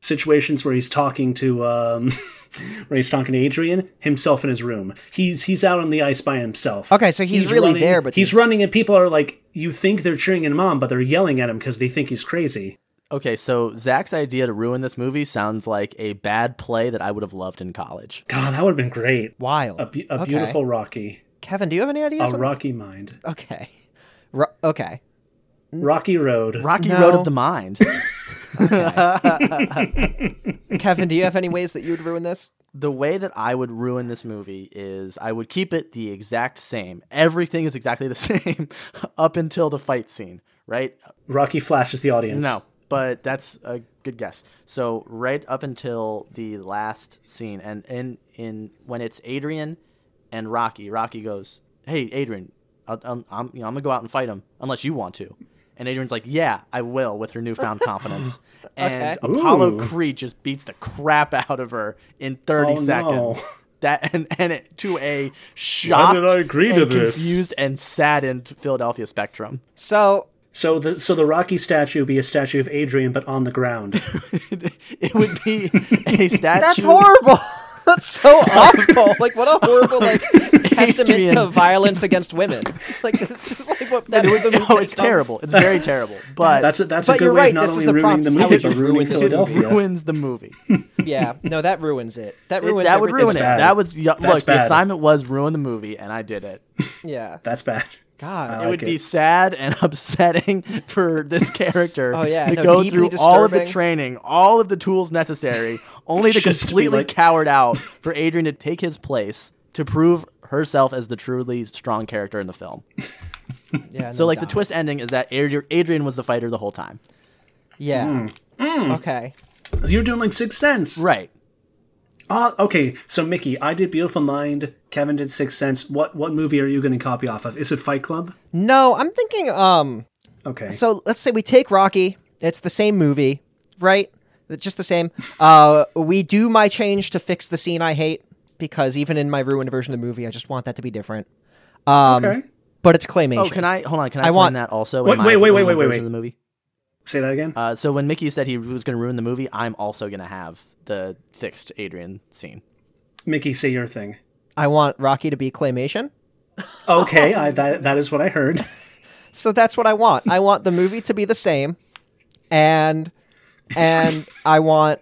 Speaker 1: situations where he's talking to um where he's talking to Adrian himself in his room. He's he's out on the ice by himself.
Speaker 3: Okay, so he's really
Speaker 1: running-
Speaker 3: there, but
Speaker 1: he's
Speaker 3: these-
Speaker 1: running and people are like you think they're cheering him on, but they're yelling at him because they think he's crazy.
Speaker 4: Okay, so Zach's idea to ruin this movie sounds like a bad play that I would have loved in college.
Speaker 1: God, that would have been great.
Speaker 3: Wild.
Speaker 1: A, bu- a
Speaker 3: Okay.
Speaker 1: beautiful Rocky,
Speaker 3: Kevin, do you have any
Speaker 1: a
Speaker 3: ideas? on-
Speaker 1: Rocky mind,
Speaker 3: okay. Ro- okay.
Speaker 1: Rocky Road.
Speaker 4: Rocky
Speaker 3: No.
Speaker 4: Road of the Mind.
Speaker 3: Kevin, do you have any ways that you would ruin this?
Speaker 4: the way that I would ruin this movie is I would keep it the exact same. Everything is exactly the same up until the fight scene, right?
Speaker 1: Rocky flashes the audience.
Speaker 4: No, but that's a good guess. So right up until the last scene, and in in when it's Adrian and Rocky, Rocky goes, "Hey, Adrian, I'll, I'm I'm, you know, I'm gonna go out and fight him unless you want to." And Adrian's like, "Yeah, I will," with her newfound confidence.
Speaker 3: Okay.
Speaker 4: And Apollo
Speaker 1: Ooh.
Speaker 4: Creed just beats the crap out of her in 30
Speaker 1: Oh, no.
Speaker 4: seconds. That and, and it, to a shocked,
Speaker 1: I agree to
Speaker 4: and
Speaker 1: this?
Speaker 4: confused, and saddened Philadelphia Spectrum.
Speaker 3: So
Speaker 1: So the so the Rocky statue would be a statue of Adrian, but on the ground.
Speaker 4: it would be a statue.
Speaker 3: that's horrible. That's so awful. Like what a horrible like testament to
Speaker 4: Adrian.
Speaker 3: violence against women. Like it's just like what that the movie
Speaker 4: no, Oh,
Speaker 3: becomes.
Speaker 4: it's terrible. It's very terrible. But
Speaker 1: That's a, that's
Speaker 3: But
Speaker 1: a good
Speaker 3: you're
Speaker 1: way
Speaker 3: right,
Speaker 1: of not
Speaker 3: this
Speaker 1: only
Speaker 3: is the
Speaker 1: ruining the
Speaker 3: prompt.
Speaker 1: movie,
Speaker 3: It
Speaker 1: but ruining
Speaker 3: ruins- it
Speaker 1: Philadelphia.
Speaker 4: ruins the movie.
Speaker 3: Yeah. No, that ruins it. That
Speaker 4: It-
Speaker 3: ruins
Speaker 4: that would
Speaker 3: everything.
Speaker 4: ruin it.
Speaker 1: bad.
Speaker 4: That was y- look. The
Speaker 1: bad.
Speaker 4: assignment was ruin the movie, and I did it. Uh,
Speaker 3: Yeah.
Speaker 1: That's bad.
Speaker 3: God.
Speaker 1: I
Speaker 4: it would
Speaker 1: like
Speaker 4: be
Speaker 1: it.
Speaker 4: sad and upsetting for this character
Speaker 3: Oh, yeah,
Speaker 4: to
Speaker 3: no,
Speaker 4: go
Speaker 3: deeply
Speaker 4: through all of the
Speaker 3: disturbing.
Speaker 4: training, all of the tools necessary, only to
Speaker 1: Just to be
Speaker 4: completely
Speaker 1: like-
Speaker 4: cowered out for Adrian to take his place to prove herself as the truly strong character in the film.
Speaker 3: Yeah.
Speaker 1: Oh,
Speaker 4: So like the twist ending is that Adri- Adrian was the fighter the whole time.
Speaker 3: Yeah.
Speaker 4: Mm.
Speaker 3: Okay.
Speaker 1: You're doing like Sixth Sense.
Speaker 4: Right.
Speaker 1: Ah, okay, so Mickey, I did Beautiful Mind. Kevin did Sixth Sense. What what movie are you going to copy off of? Is it Fight Club?
Speaker 3: No, I'm thinking um
Speaker 1: Okay.
Speaker 3: so let's say we take Rocky. It's the same movie, right? It's just the same. Uh, we do my change to fix the scene I hate because even in my ruined version of the movie, I just want that to be different. Um,
Speaker 1: okay.
Speaker 3: But it's claymation.
Speaker 4: Oh, can I hold on? Can I,
Speaker 3: I
Speaker 4: find
Speaker 3: want-
Speaker 4: that also? in
Speaker 1: Wait,
Speaker 4: my
Speaker 1: wait, wait, wait, wait,
Speaker 4: original
Speaker 1: wait,
Speaker 4: version of The movie.
Speaker 1: Say that again.
Speaker 4: Uh, so when Mickey said he was going to ruin the movie, I'm also going to have the fixed Adrian scene.
Speaker 1: Mickey, say your thing.
Speaker 3: I want Rocky to be claymation.
Speaker 1: Okay, I, that, that is what I heard.
Speaker 3: So that's what I want. I want the movie to be the same, and and I want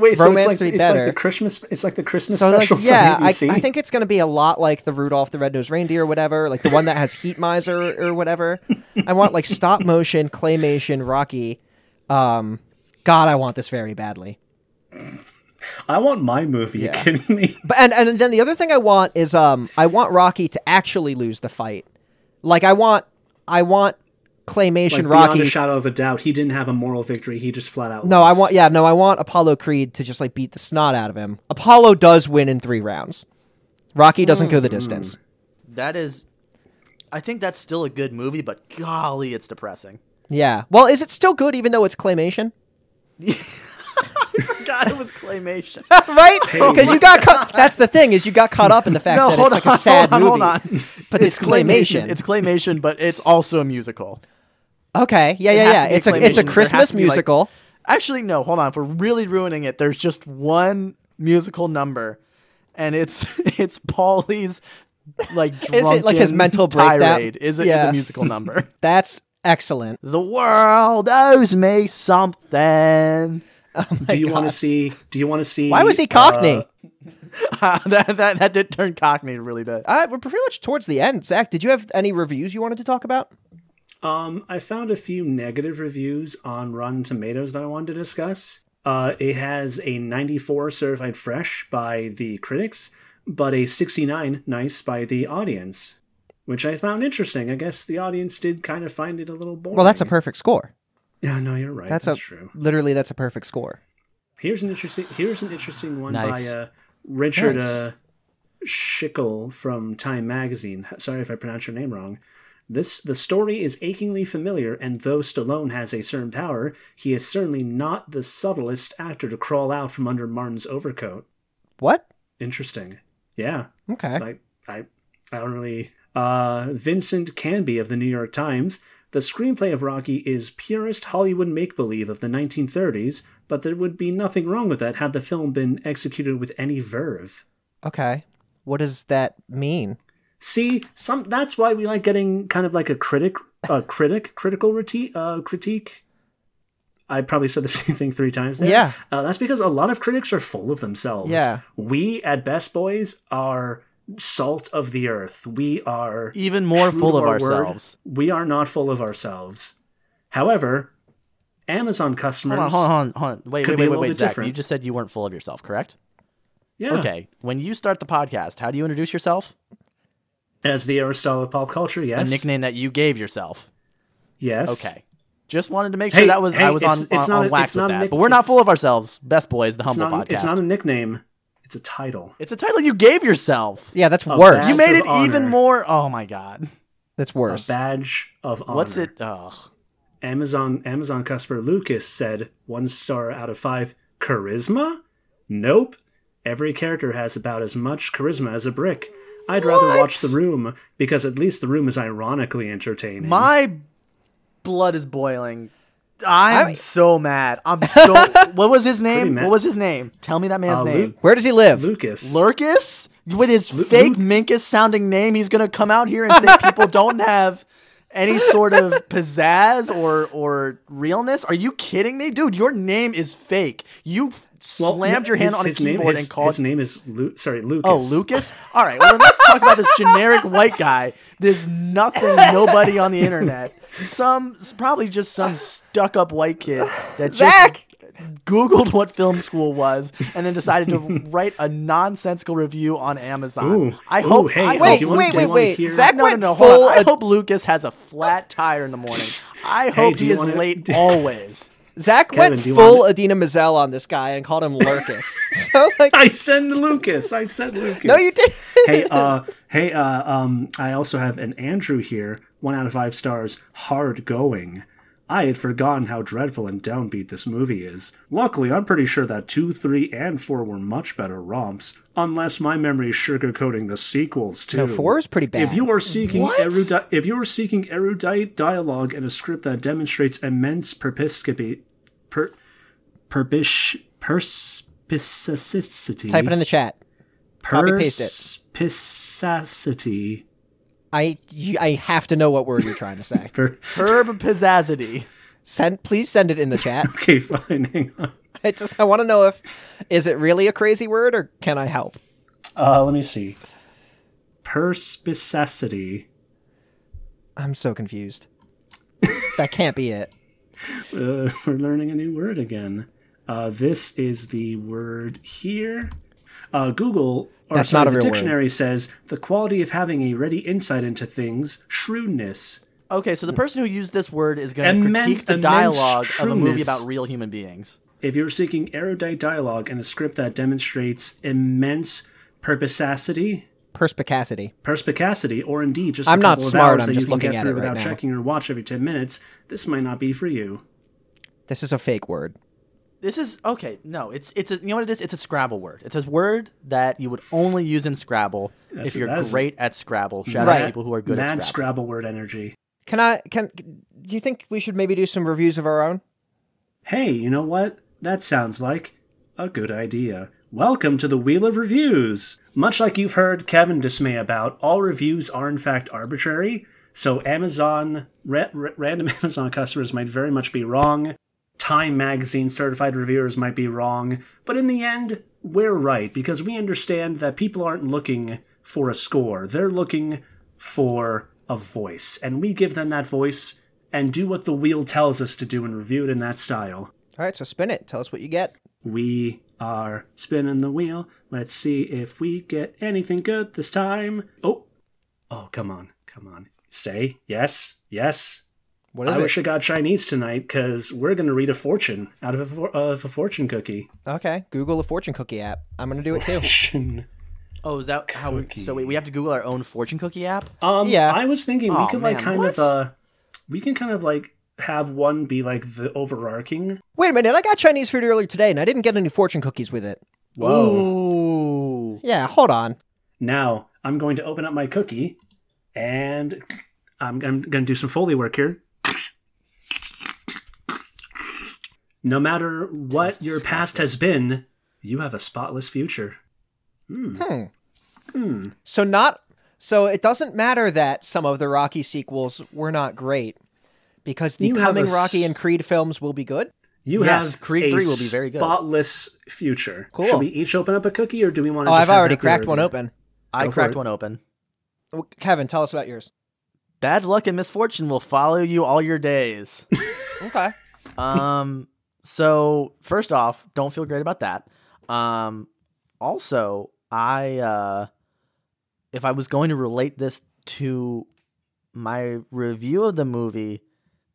Speaker 1: Wait, so
Speaker 3: romance
Speaker 1: it's like,
Speaker 3: to be
Speaker 1: it's
Speaker 3: better.
Speaker 1: like the Christmas. It's like the Christmas
Speaker 3: so like
Speaker 1: special.
Speaker 3: yeah,
Speaker 1: to
Speaker 3: I, I
Speaker 1: ABC.
Speaker 3: think it's gonna be a lot like the Rudolph the Red-Nosed Reindeer, or whatever, like the one that has heat miser or whatever. I want like stop motion claymation Rocky. Um, God, I want this very badly.
Speaker 1: I want my movie. You kidding me?
Speaker 3: But and and then the other thing I want is um I want Rocky to actually lose the fight. Like I want I want claymation
Speaker 1: Like, beyond
Speaker 3: Rocky.
Speaker 1: a shadow of a doubt, he didn't have a moral victory. He just flat out.
Speaker 3: no, I
Speaker 1: lost.
Speaker 3: want yeah, no, I want Apollo Creed to just like beat the snot out of him. Apollo does win in 3 rounds. Rocky doesn't go the
Speaker 4: Hmm.
Speaker 3: distance.
Speaker 4: That is, I think that's still a good movie, but golly, it's depressing.
Speaker 3: Yeah. Well, is it still good even though it's claymation?
Speaker 4: God, it was claymation.
Speaker 3: right? Because you got caught. That's the thing is you got caught up in the fact
Speaker 4: no,
Speaker 3: that
Speaker 4: hold
Speaker 3: it's
Speaker 4: on,
Speaker 3: like a sad
Speaker 4: hold on,
Speaker 3: movie.
Speaker 4: hold on.
Speaker 3: But it's, claymation.
Speaker 4: It's claymation, but it's also a musical.
Speaker 3: okay. Yeah,
Speaker 4: It
Speaker 3: yeah,
Speaker 4: has
Speaker 3: yeah.
Speaker 4: to be
Speaker 3: It's a it's
Speaker 4: claymation. There
Speaker 3: a
Speaker 4: has
Speaker 3: Christmas
Speaker 4: to be, like-
Speaker 3: musical.
Speaker 4: Actually, no, hold on. If we're really ruining it, there's just one musical number, and it's it's Paulie's like
Speaker 3: it
Speaker 4: drunken
Speaker 3: like his mental breakdown?
Speaker 4: tirade. Is it is
Speaker 3: Yeah.
Speaker 4: a musical number?
Speaker 3: That's excellent.
Speaker 4: the world owes me something.
Speaker 1: Do you want to see? Do you want to see?
Speaker 3: Why was he Cockney?
Speaker 1: uh,
Speaker 4: that, that that did turn Cockney really bad.
Speaker 3: Uh, we're pretty much towards the end. Zach, did you have any reviews you wanted to talk about?
Speaker 1: Um, I found a few negative reviews on Rotten Tomatoes that I wanted to discuss. Uh, it has a 94 certified fresh by the critics, but a 69 nice by the audience, which I found interesting. I guess the audience did kind of find it a little boring.
Speaker 3: Well, that's a perfect score.
Speaker 1: yeah. No, you're right.
Speaker 3: That's,
Speaker 1: That's,
Speaker 3: a
Speaker 1: true.
Speaker 3: literally that's a perfect score.
Speaker 1: Here's an interesting. Here's an interesting one
Speaker 4: Nice.
Speaker 1: by uh, Richard
Speaker 3: Nice.
Speaker 1: uh, Schickel from Time Magazine. Sorry if I pronounced your name wrong. This the story is achingly familiar, and though Stallone has a certain power, he is certainly not the subtlest actor to crawl out from under Martin's overcoat.
Speaker 3: What?
Speaker 1: Interesting. Yeah,
Speaker 3: Okay.
Speaker 1: I I I don't really. Uh, Vincent Canby of the New York Times. The screenplay of Rocky is purest Hollywood make believe of the 1930s, but there would be nothing wrong with that had the film been executed with any verve.
Speaker 3: Okay. What does that mean?
Speaker 1: See, some that's why we like getting kind of like a critic, a critic, critical reti- uh, critique. I probably said the same thing three times. There.
Speaker 3: Yeah.
Speaker 1: uh, that's because a lot of critics are full of themselves.
Speaker 3: Yeah.
Speaker 1: we at Best Boys are salt of the earth. We are
Speaker 3: E
Speaker 4: Even more
Speaker 1: true
Speaker 4: full
Speaker 1: to
Speaker 4: of
Speaker 1: our word,
Speaker 4: ourselves.
Speaker 1: we are not full of ourselves. However, Amazon customers.
Speaker 4: Hold on, hold on, hold on. Wait,
Speaker 1: Could be
Speaker 4: wait,
Speaker 1: a
Speaker 4: wait, wait,
Speaker 1: little
Speaker 4: wait,
Speaker 1: bit
Speaker 4: Zach.
Speaker 1: different.
Speaker 4: You just said you weren't full of yourself, correct?
Speaker 1: Yeah.
Speaker 4: Okay. When you start the podcast, how do you introduce yourself?
Speaker 1: As the Aristotle of pop culture, yes.
Speaker 4: A nickname that you gave yourself.
Speaker 1: Yes.
Speaker 4: Okay. Just wanted to make
Speaker 1: Hey,
Speaker 4: sure that was
Speaker 1: hey,
Speaker 4: I was on,
Speaker 1: it's- it's
Speaker 4: on,
Speaker 1: not
Speaker 4: on
Speaker 1: a-
Speaker 4: wax
Speaker 1: it's not
Speaker 4: with
Speaker 1: a
Speaker 4: that.
Speaker 1: nick-
Speaker 4: but we're not
Speaker 1: it's-
Speaker 4: full of ourselves. Best boys, the
Speaker 1: It's
Speaker 4: humble
Speaker 1: not,
Speaker 4: podcast.
Speaker 1: it's not a nickname, it's a title.
Speaker 4: It's a title you gave yourself.
Speaker 3: Yeah, that's
Speaker 1: A
Speaker 3: worse.
Speaker 1: badge
Speaker 4: You made
Speaker 1: of
Speaker 4: it even
Speaker 1: honor.
Speaker 4: more. Oh my god.
Speaker 3: that's
Speaker 1: A
Speaker 3: worse.
Speaker 1: badge of honor.
Speaker 4: What's it? Oh,
Speaker 1: Amazon Amazon customer Lucas said one star out of five. Charisma? Nope. Every character has about as much charisma as a brick. I'd rather watch The Room because at least The Room is ironically entertaining.
Speaker 4: my blood is boiling I'm
Speaker 3: I-
Speaker 4: so mad. I'm so. what was his name?
Speaker 1: mad.
Speaker 4: What was his name? Tell me that man's
Speaker 1: Uh,
Speaker 4: name.
Speaker 3: Where does he live?
Speaker 1: Lucas.
Speaker 4: Lurkus? With his fake Minkus sounding name, he's gonna come out here and say people don't have any sort of pizzazz or or realness. Are you kidding me, dude? Your name is fake. You
Speaker 1: Well,
Speaker 4: slammed your hand
Speaker 1: his-
Speaker 4: on a
Speaker 1: his name-
Speaker 4: keyboard
Speaker 1: his-
Speaker 4: and called.
Speaker 1: His name is Lu- sorry, Lucas.
Speaker 4: Oh, Lucas. All right. Well, then let's talk about this generic white guy. There's nothing, nobody on the internet. Some probably just some stuck-up white kid that
Speaker 3: Zach!
Speaker 4: just googled what film school was and then decided to write a nonsensical review on Amazon.
Speaker 1: Ooh.
Speaker 4: I
Speaker 1: Ooh,
Speaker 4: hope.
Speaker 1: hey,
Speaker 4: I
Speaker 1: do
Speaker 4: hope
Speaker 1: you wanna-
Speaker 3: Wait,
Speaker 1: do
Speaker 3: wait,
Speaker 1: you wanna
Speaker 3: wait.
Speaker 1: hear-
Speaker 3: Zach
Speaker 4: no, no,
Speaker 3: went
Speaker 4: no. Hold
Speaker 3: full.
Speaker 4: on. I hope Lucas has a flat tire in the morning. I hope
Speaker 1: do
Speaker 4: he
Speaker 1: you
Speaker 4: is
Speaker 1: wanna-
Speaker 4: late always.
Speaker 3: Zach
Speaker 1: Kevin,
Speaker 3: went
Speaker 1: do you
Speaker 3: full
Speaker 1: want
Speaker 3: Adina Mazel on this guy and called him Lurkus. so like,
Speaker 1: I said Lucas. I said Lucas.
Speaker 3: no, you did.
Speaker 1: hey, uh, hey, uh, um, I also have an Andrew here. One out of five stars. Hard going. I had forgotten how dreadful and downbeat this movie is. Luckily, I'm pretty sure that 2, 3, and 4 were much better romps, unless my memory is sugarcoating the sequels, too.
Speaker 3: No, four is pretty bad.
Speaker 1: If you are seeking
Speaker 4: What?
Speaker 1: erudite, if you are seeking erudite dialogue and a script that demonstrates immense perpiscopy, per, perbish, perspicacity,
Speaker 3: Type it in the chat. Copy paste it.
Speaker 1: Perspicacity.
Speaker 3: I you, I have to know what word you're trying to say.
Speaker 1: Per-
Speaker 4: Herb Pizzazzity.
Speaker 3: Send please send it in the chat.
Speaker 1: okay, fine. Hang on.
Speaker 3: I just I want to know if is it really a crazy word or can I help?
Speaker 1: Uh, let me see. Perspicacity.
Speaker 3: I'm so confused. that can't be it.
Speaker 1: Uh, we're learning a new word again. Uh, this is the word here. Uh, Google, or
Speaker 3: That's
Speaker 1: sorry,
Speaker 3: not a
Speaker 1: the
Speaker 3: real word.
Speaker 1: dictionary says the quality of having a ready insight into things, shrewdness.
Speaker 4: Okay, so the person who used this word is going to
Speaker 1: Immense-
Speaker 4: critique the
Speaker 1: immense
Speaker 4: dialogue of a movie
Speaker 1: shrewdness.
Speaker 4: about real human beings.
Speaker 1: If you're seeking erudite dialogue and a script that demonstrates immense perspicacity,
Speaker 3: Perspicacity.
Speaker 1: perspicacity, or indeed just a
Speaker 3: I'm not
Speaker 1: couple of
Speaker 3: smart,
Speaker 1: hours
Speaker 3: I'm
Speaker 1: that you
Speaker 3: just
Speaker 1: can
Speaker 3: looking
Speaker 1: get
Speaker 3: at
Speaker 1: through
Speaker 3: it right
Speaker 1: without
Speaker 3: now.
Speaker 1: checking your watch every ten minutes, this might not be for you.
Speaker 3: This is a fake word.
Speaker 4: This is okay. No, it's it's a, you know what it is. It's a Scrabble word. It's a word that you would only use in Scrabble if
Speaker 1: what
Speaker 4: you're
Speaker 1: that is.
Speaker 4: great at Scrabble. Shout out
Speaker 3: Right.
Speaker 4: to people who are good
Speaker 1: Mad
Speaker 4: at Scrabble.
Speaker 1: Scrabble word energy.
Speaker 3: Can I can do you think we should maybe do some reviews of our own?
Speaker 1: Hey, you know what? That sounds like a good idea. Welcome to the Wheel of Reviews! Much like you've heard Kevin dismay about, all reviews are in fact arbitrary, so Amazon, ra- ra- random Amazon customers might very much be wrong, Time Magazine certified reviewers might be wrong, but in the end, we're right because we understand that people aren't looking for a score, they're looking for a voice, and we give them that voice and do what the wheel tells us to do and review it in that style.
Speaker 3: All right, so spin it. Tell us what you get.
Speaker 1: We are spinning the wheel. Let's see if we get anything good this time. Oh, oh, come on, come on. Say yes, yes.
Speaker 3: What is
Speaker 1: I
Speaker 3: it?
Speaker 1: wish I got Chinese tonight because we're going to read a fortune out of a, for- of a fortune cookie.
Speaker 3: okay, Google a fortune cookie app. I'm gonna do it too.
Speaker 1: Fortune.
Speaker 4: Oh, is that how? We, so wait, we have to Google our own fortune cookie app.
Speaker 1: Um,
Speaker 3: Yeah.
Speaker 1: I was thinking we
Speaker 4: Aw,
Speaker 1: could like
Speaker 4: man,
Speaker 1: kind
Speaker 4: what?
Speaker 1: of uh, we can kind of like have one be like the overarching.
Speaker 3: Wait a minute, I got Chinese food earlier today and I didn't get any fortune cookies with it.
Speaker 4: Whoa!
Speaker 3: Yeah, hold on.
Speaker 1: Now I'm going to open up my cookie, and I'm, I'm going to do some foley work here. No matter what your past has been, you have a spotless future.
Speaker 3: Hmm. So not so it doesn't matter that some of the Rocky sequels were not great because the
Speaker 1: You have
Speaker 3: coming
Speaker 1: a s-
Speaker 3: Rocky and Creed films will be good.
Speaker 1: You
Speaker 4: Yes,
Speaker 1: have
Speaker 4: Creed
Speaker 1: a
Speaker 4: three will be very good.
Speaker 1: spotless future.
Speaker 3: Cool.
Speaker 1: Should we each open up a cookie, or do we want to?
Speaker 3: Oh,
Speaker 1: just
Speaker 3: I've
Speaker 1: have
Speaker 3: already
Speaker 1: that
Speaker 3: cracked
Speaker 1: peer
Speaker 3: one
Speaker 1: review?
Speaker 3: open.
Speaker 4: I
Speaker 1: Go for
Speaker 4: cracked
Speaker 1: it.
Speaker 4: one open.
Speaker 3: Well, Kevin, tell us about yours.
Speaker 4: Bad luck and misfortune will follow you all your days.
Speaker 3: Okay.
Speaker 4: um so first off don't feel great about that um also i uh if i was going to relate this to my review of the movie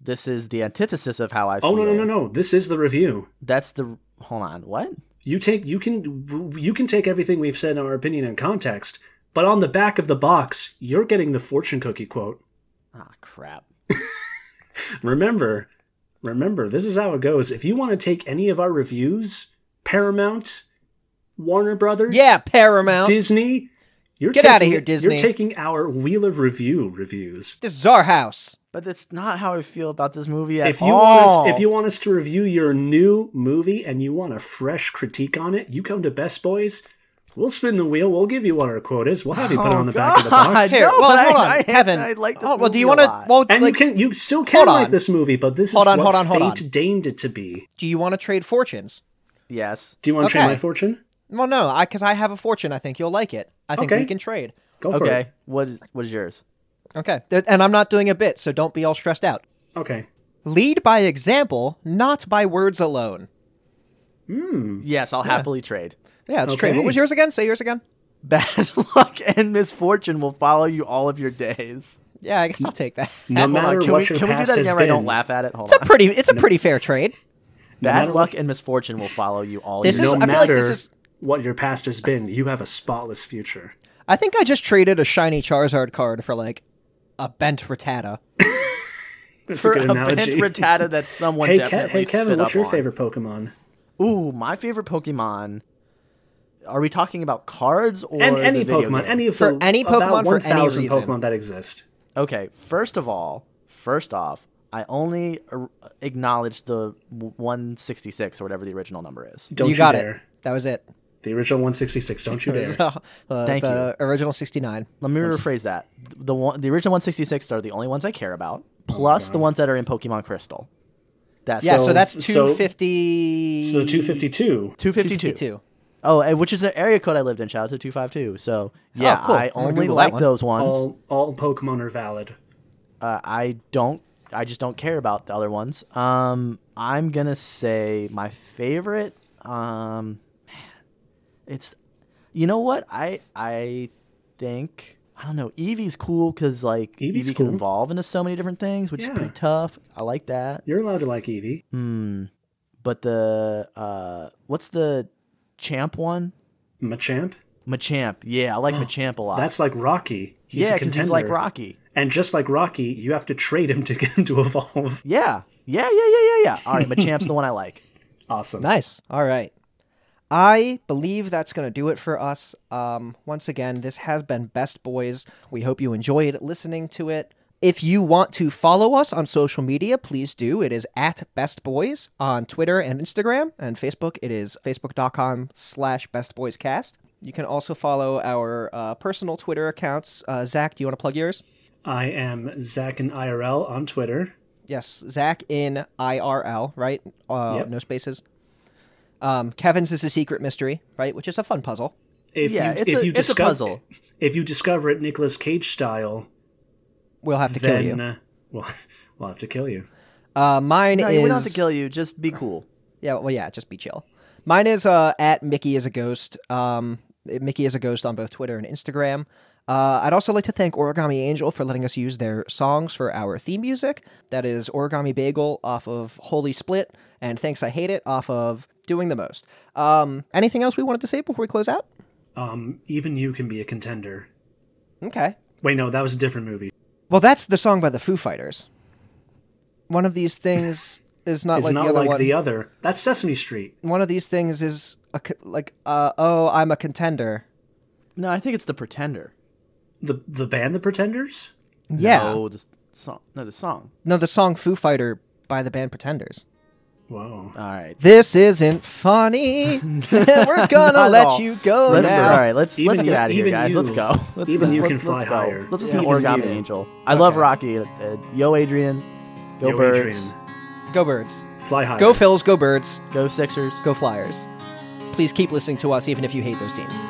Speaker 4: this is the antithesis of how i
Speaker 1: Oh
Speaker 4: feel
Speaker 1: no no no no! This is the review.
Speaker 4: that's the hold on what
Speaker 1: You take you can you can take everything we've said in our opinion and context, but on the back of the box, you're getting the fortune cookie quote.
Speaker 4: ah crap
Speaker 1: remember, remember, this is how it goes. If you want to take any of our reviews, Paramount, Warner Brothers,
Speaker 3: Yeah, Paramount.
Speaker 1: Disney, You're
Speaker 3: Get
Speaker 1: taking-
Speaker 3: outta here, Disney.
Speaker 1: You're taking our Wheel of Review reviews.
Speaker 3: This is our house.
Speaker 4: But that's not how I feel about this movie at
Speaker 1: if you
Speaker 4: all.
Speaker 1: want us, if you want us to review your new movie and you want a fresh critique on it, you come to Best Boys. We'll spin the wheel. We'll give you what our quote is. We'll have you put it on the back of the box.
Speaker 3: Oh, Here,
Speaker 4: No,
Speaker 3: well,
Speaker 4: but
Speaker 3: hold
Speaker 4: I-
Speaker 3: on,
Speaker 4: I-
Speaker 3: Kevin.
Speaker 4: I like this
Speaker 3: Oh, well, do you
Speaker 4: movie a
Speaker 3: wanna-
Speaker 4: lot.
Speaker 3: Well,
Speaker 1: And you
Speaker 3: like,
Speaker 1: can, you still can
Speaker 3: hold
Speaker 1: like
Speaker 3: on.
Speaker 1: this movie, but this is
Speaker 3: Hold on,
Speaker 1: what
Speaker 3: hold on, hold
Speaker 1: fate
Speaker 3: on.
Speaker 1: deigned it to be.
Speaker 3: do you want to trade fortunes?
Speaker 4: yes.
Speaker 1: Do you want to
Speaker 3: Okay.
Speaker 1: trade my fortune?
Speaker 3: Well, no, I because I have a fortune. I think you'll like it. I think
Speaker 1: Okay.
Speaker 3: we can trade.
Speaker 1: Go for
Speaker 4: Okay. What is what is yours?
Speaker 3: Okay. Th- And I'm not doing a bit, so don't be all stressed out.
Speaker 1: it. Okay.
Speaker 3: Lead by example, not by words alone.
Speaker 1: Mm.
Speaker 4: Yes, I'll happily trade.
Speaker 3: Yeah, it's trade. What
Speaker 1: Okay.
Speaker 3: was yours again? Say yours again.
Speaker 4: Bad luck and misfortune will follow you all of your days.
Speaker 3: Yeah, I guess I'll take that.
Speaker 1: No
Speaker 4: Hold
Speaker 1: matter
Speaker 4: on, Uh, can
Speaker 1: what
Speaker 4: we,
Speaker 1: your
Speaker 4: can we do
Speaker 1: past
Speaker 4: that
Speaker 1: has
Speaker 4: again? where I don't
Speaker 1: been,
Speaker 4: laugh at it. Hold
Speaker 3: It's a
Speaker 4: on.
Speaker 3: pretty. It's a pretty fair trade.
Speaker 1: no
Speaker 4: Bad
Speaker 1: matter
Speaker 4: luck
Speaker 1: what-
Speaker 4: and misfortune will follow you all.
Speaker 3: This
Speaker 4: your
Speaker 3: is-
Speaker 1: no
Speaker 3: I feel
Speaker 1: matter
Speaker 3: like this is-
Speaker 1: what your past has been, you have a spotless future.
Speaker 3: I think I just traded a shiny Charizard card for like a bent Rattata.
Speaker 1: That's
Speaker 4: for
Speaker 1: a good
Speaker 4: a bent
Speaker 1: analogy.
Speaker 4: Rattata that someone
Speaker 1: hey, Ke-
Speaker 4: definitely
Speaker 1: hey, Kevin,
Speaker 4: stood
Speaker 1: what's
Speaker 4: up
Speaker 1: your
Speaker 4: on.
Speaker 1: favorite Pokemon?
Speaker 4: Ooh, my favorite Pokemon. Are we talking about cards or
Speaker 1: And
Speaker 4: the
Speaker 1: any
Speaker 4: video
Speaker 1: Pokemon,
Speaker 4: game?
Speaker 1: any of
Speaker 3: For
Speaker 1: the
Speaker 3: any Pokemon,
Speaker 1: about
Speaker 3: for any
Speaker 1: 1,000
Speaker 3: reason.
Speaker 1: Pokemon that exist.
Speaker 4: Okay, first of all, first off, I only er- acknowledge the w- 166 or whatever the original number is.
Speaker 1: Don't you,
Speaker 3: you got
Speaker 1: dare.
Speaker 3: it. That was it.
Speaker 1: The original 166. Don't you dare.
Speaker 3: Uh,
Speaker 4: Thank
Speaker 3: the original '69.
Speaker 4: Let me rephrase that. The one, the original 166 are the only ones I care about,
Speaker 1: Oh,
Speaker 4: plus the ones that are in Pokemon Crystal. That's
Speaker 3: Yeah, so,
Speaker 1: So-
Speaker 3: that's
Speaker 1: so-
Speaker 3: 250.
Speaker 1: So 252.
Speaker 4: 252.
Speaker 3: 252.
Speaker 4: Oh, and which is the area code I lived in. Shout out to 252. So, yeah,
Speaker 3: Oh, cool.
Speaker 4: I
Speaker 3: I'm gonna
Speaker 4: only
Speaker 3: Google that
Speaker 4: like
Speaker 3: one.
Speaker 4: those ones.
Speaker 1: All, all Pokemon are valid.
Speaker 4: Uh, I don't I just don't care about the other ones. Um I'm going to say my favorite um it's you know what? I I think I don't know. Eevee's cool cuz like
Speaker 1: Eevee's
Speaker 4: Eevee can
Speaker 1: cool.
Speaker 4: evolve into so many different things, which
Speaker 1: Yeah.
Speaker 4: is pretty tough. I like that.
Speaker 1: You're allowed to like Eevee.
Speaker 4: But the uh what's the champ one?
Speaker 1: Machamp.
Speaker 4: Machamp. Yeah, I like Machamp a lot.
Speaker 1: That's like Rocky. He's
Speaker 4: yeah,
Speaker 1: a contender.
Speaker 4: he's like Rocky.
Speaker 1: And just like Rocky, you have to trade him to get him to evolve.
Speaker 4: Yeah. Yeah, yeah, yeah, yeah, yeah. All right, Machamp's the one I like.
Speaker 1: Awesome.
Speaker 3: Nice. All right. I believe that's going to do it for us. Um, once again, this has been Best Boys. We hope you enjoyed listening to it. If you want to follow us on social media, please do. It is at Best Boys on Twitter and Instagram and Facebook. It is facebook.com slash Best Boys Cast. You can also follow our uh, personal Twitter accounts. Uh, Zach, do you want to plug yours?
Speaker 1: I am Zach and IRL on Twitter.
Speaker 3: Yes, Zach in IRL, right? Uh,
Speaker 1: Yep.
Speaker 3: No spaces. Um, Kevin's is a secret mystery, right? Which is a fun puzzle.
Speaker 1: If
Speaker 4: Yeah,
Speaker 1: you,
Speaker 4: it's
Speaker 1: if
Speaker 4: a-
Speaker 1: you
Speaker 4: it's a
Speaker 1: discover,
Speaker 4: puzzle.
Speaker 1: If you discover it Nicolas Cage style,
Speaker 3: We'll have to
Speaker 1: then
Speaker 3: kill you.
Speaker 1: uh, we'll, we'll have to kill you.
Speaker 3: Uh, mine
Speaker 4: No,
Speaker 3: is
Speaker 4: we don't have to kill you. Just be cool.
Speaker 3: yeah, well, yeah, just be chill. Mine is uh, at Mickey is a ghost. Um, Mickey is a ghost on both Twitter and Instagram. Uh, I'd also like to thank Origami Angel for letting us use their songs for our theme music. That is Origami Bagel off of Holy Split, and Thanks I Hate It off of Doing the Most. Um, anything else we wanted to say before we close out?
Speaker 1: Um, even you can be a contender.
Speaker 3: Okay.
Speaker 1: Wait, no, that was a different movie.
Speaker 3: Well, that's the song by the Foo Fighters. One of these things is not
Speaker 1: It's
Speaker 3: like
Speaker 1: not
Speaker 3: the other
Speaker 1: like
Speaker 3: one.
Speaker 1: the other. That's Sesame Street.
Speaker 3: one of these things is a co- like, uh, oh, I'm a contender.
Speaker 4: No, I think it's the Pretender.
Speaker 1: The the band, The Pretenders.
Speaker 3: Yeah.
Speaker 4: No, the s- song. No, the song.
Speaker 3: No, the song Foo Fighter by the band Pretenders.
Speaker 1: Whoa.
Speaker 4: All right.
Speaker 3: This isn't funny. We're gonna
Speaker 4: Not
Speaker 3: let
Speaker 4: at all.
Speaker 3: you go
Speaker 4: Let's
Speaker 3: now.
Speaker 4: all right. Let's
Speaker 1: Even
Speaker 4: let's get
Speaker 1: you-
Speaker 4: out of here,
Speaker 1: even
Speaker 4: guys.
Speaker 1: you-
Speaker 4: let's go. Let's
Speaker 1: even you
Speaker 4: let's-
Speaker 1: can fly
Speaker 4: let's go.
Speaker 1: higher.
Speaker 4: Let's listen to
Speaker 1: Even
Speaker 4: Origami
Speaker 1: you.
Speaker 4: Angel. I love
Speaker 3: Okay.
Speaker 4: Rocky. Uh, uh, yo, Adrian. Go
Speaker 1: Yo,
Speaker 4: Birds.
Speaker 1: Adrian,
Speaker 3: Go birds.
Speaker 1: Fly high.
Speaker 3: Go Phils. Go birds.
Speaker 4: Go Sixers.
Speaker 3: Go Flyers. Please keep listening to us, even if you hate those teams.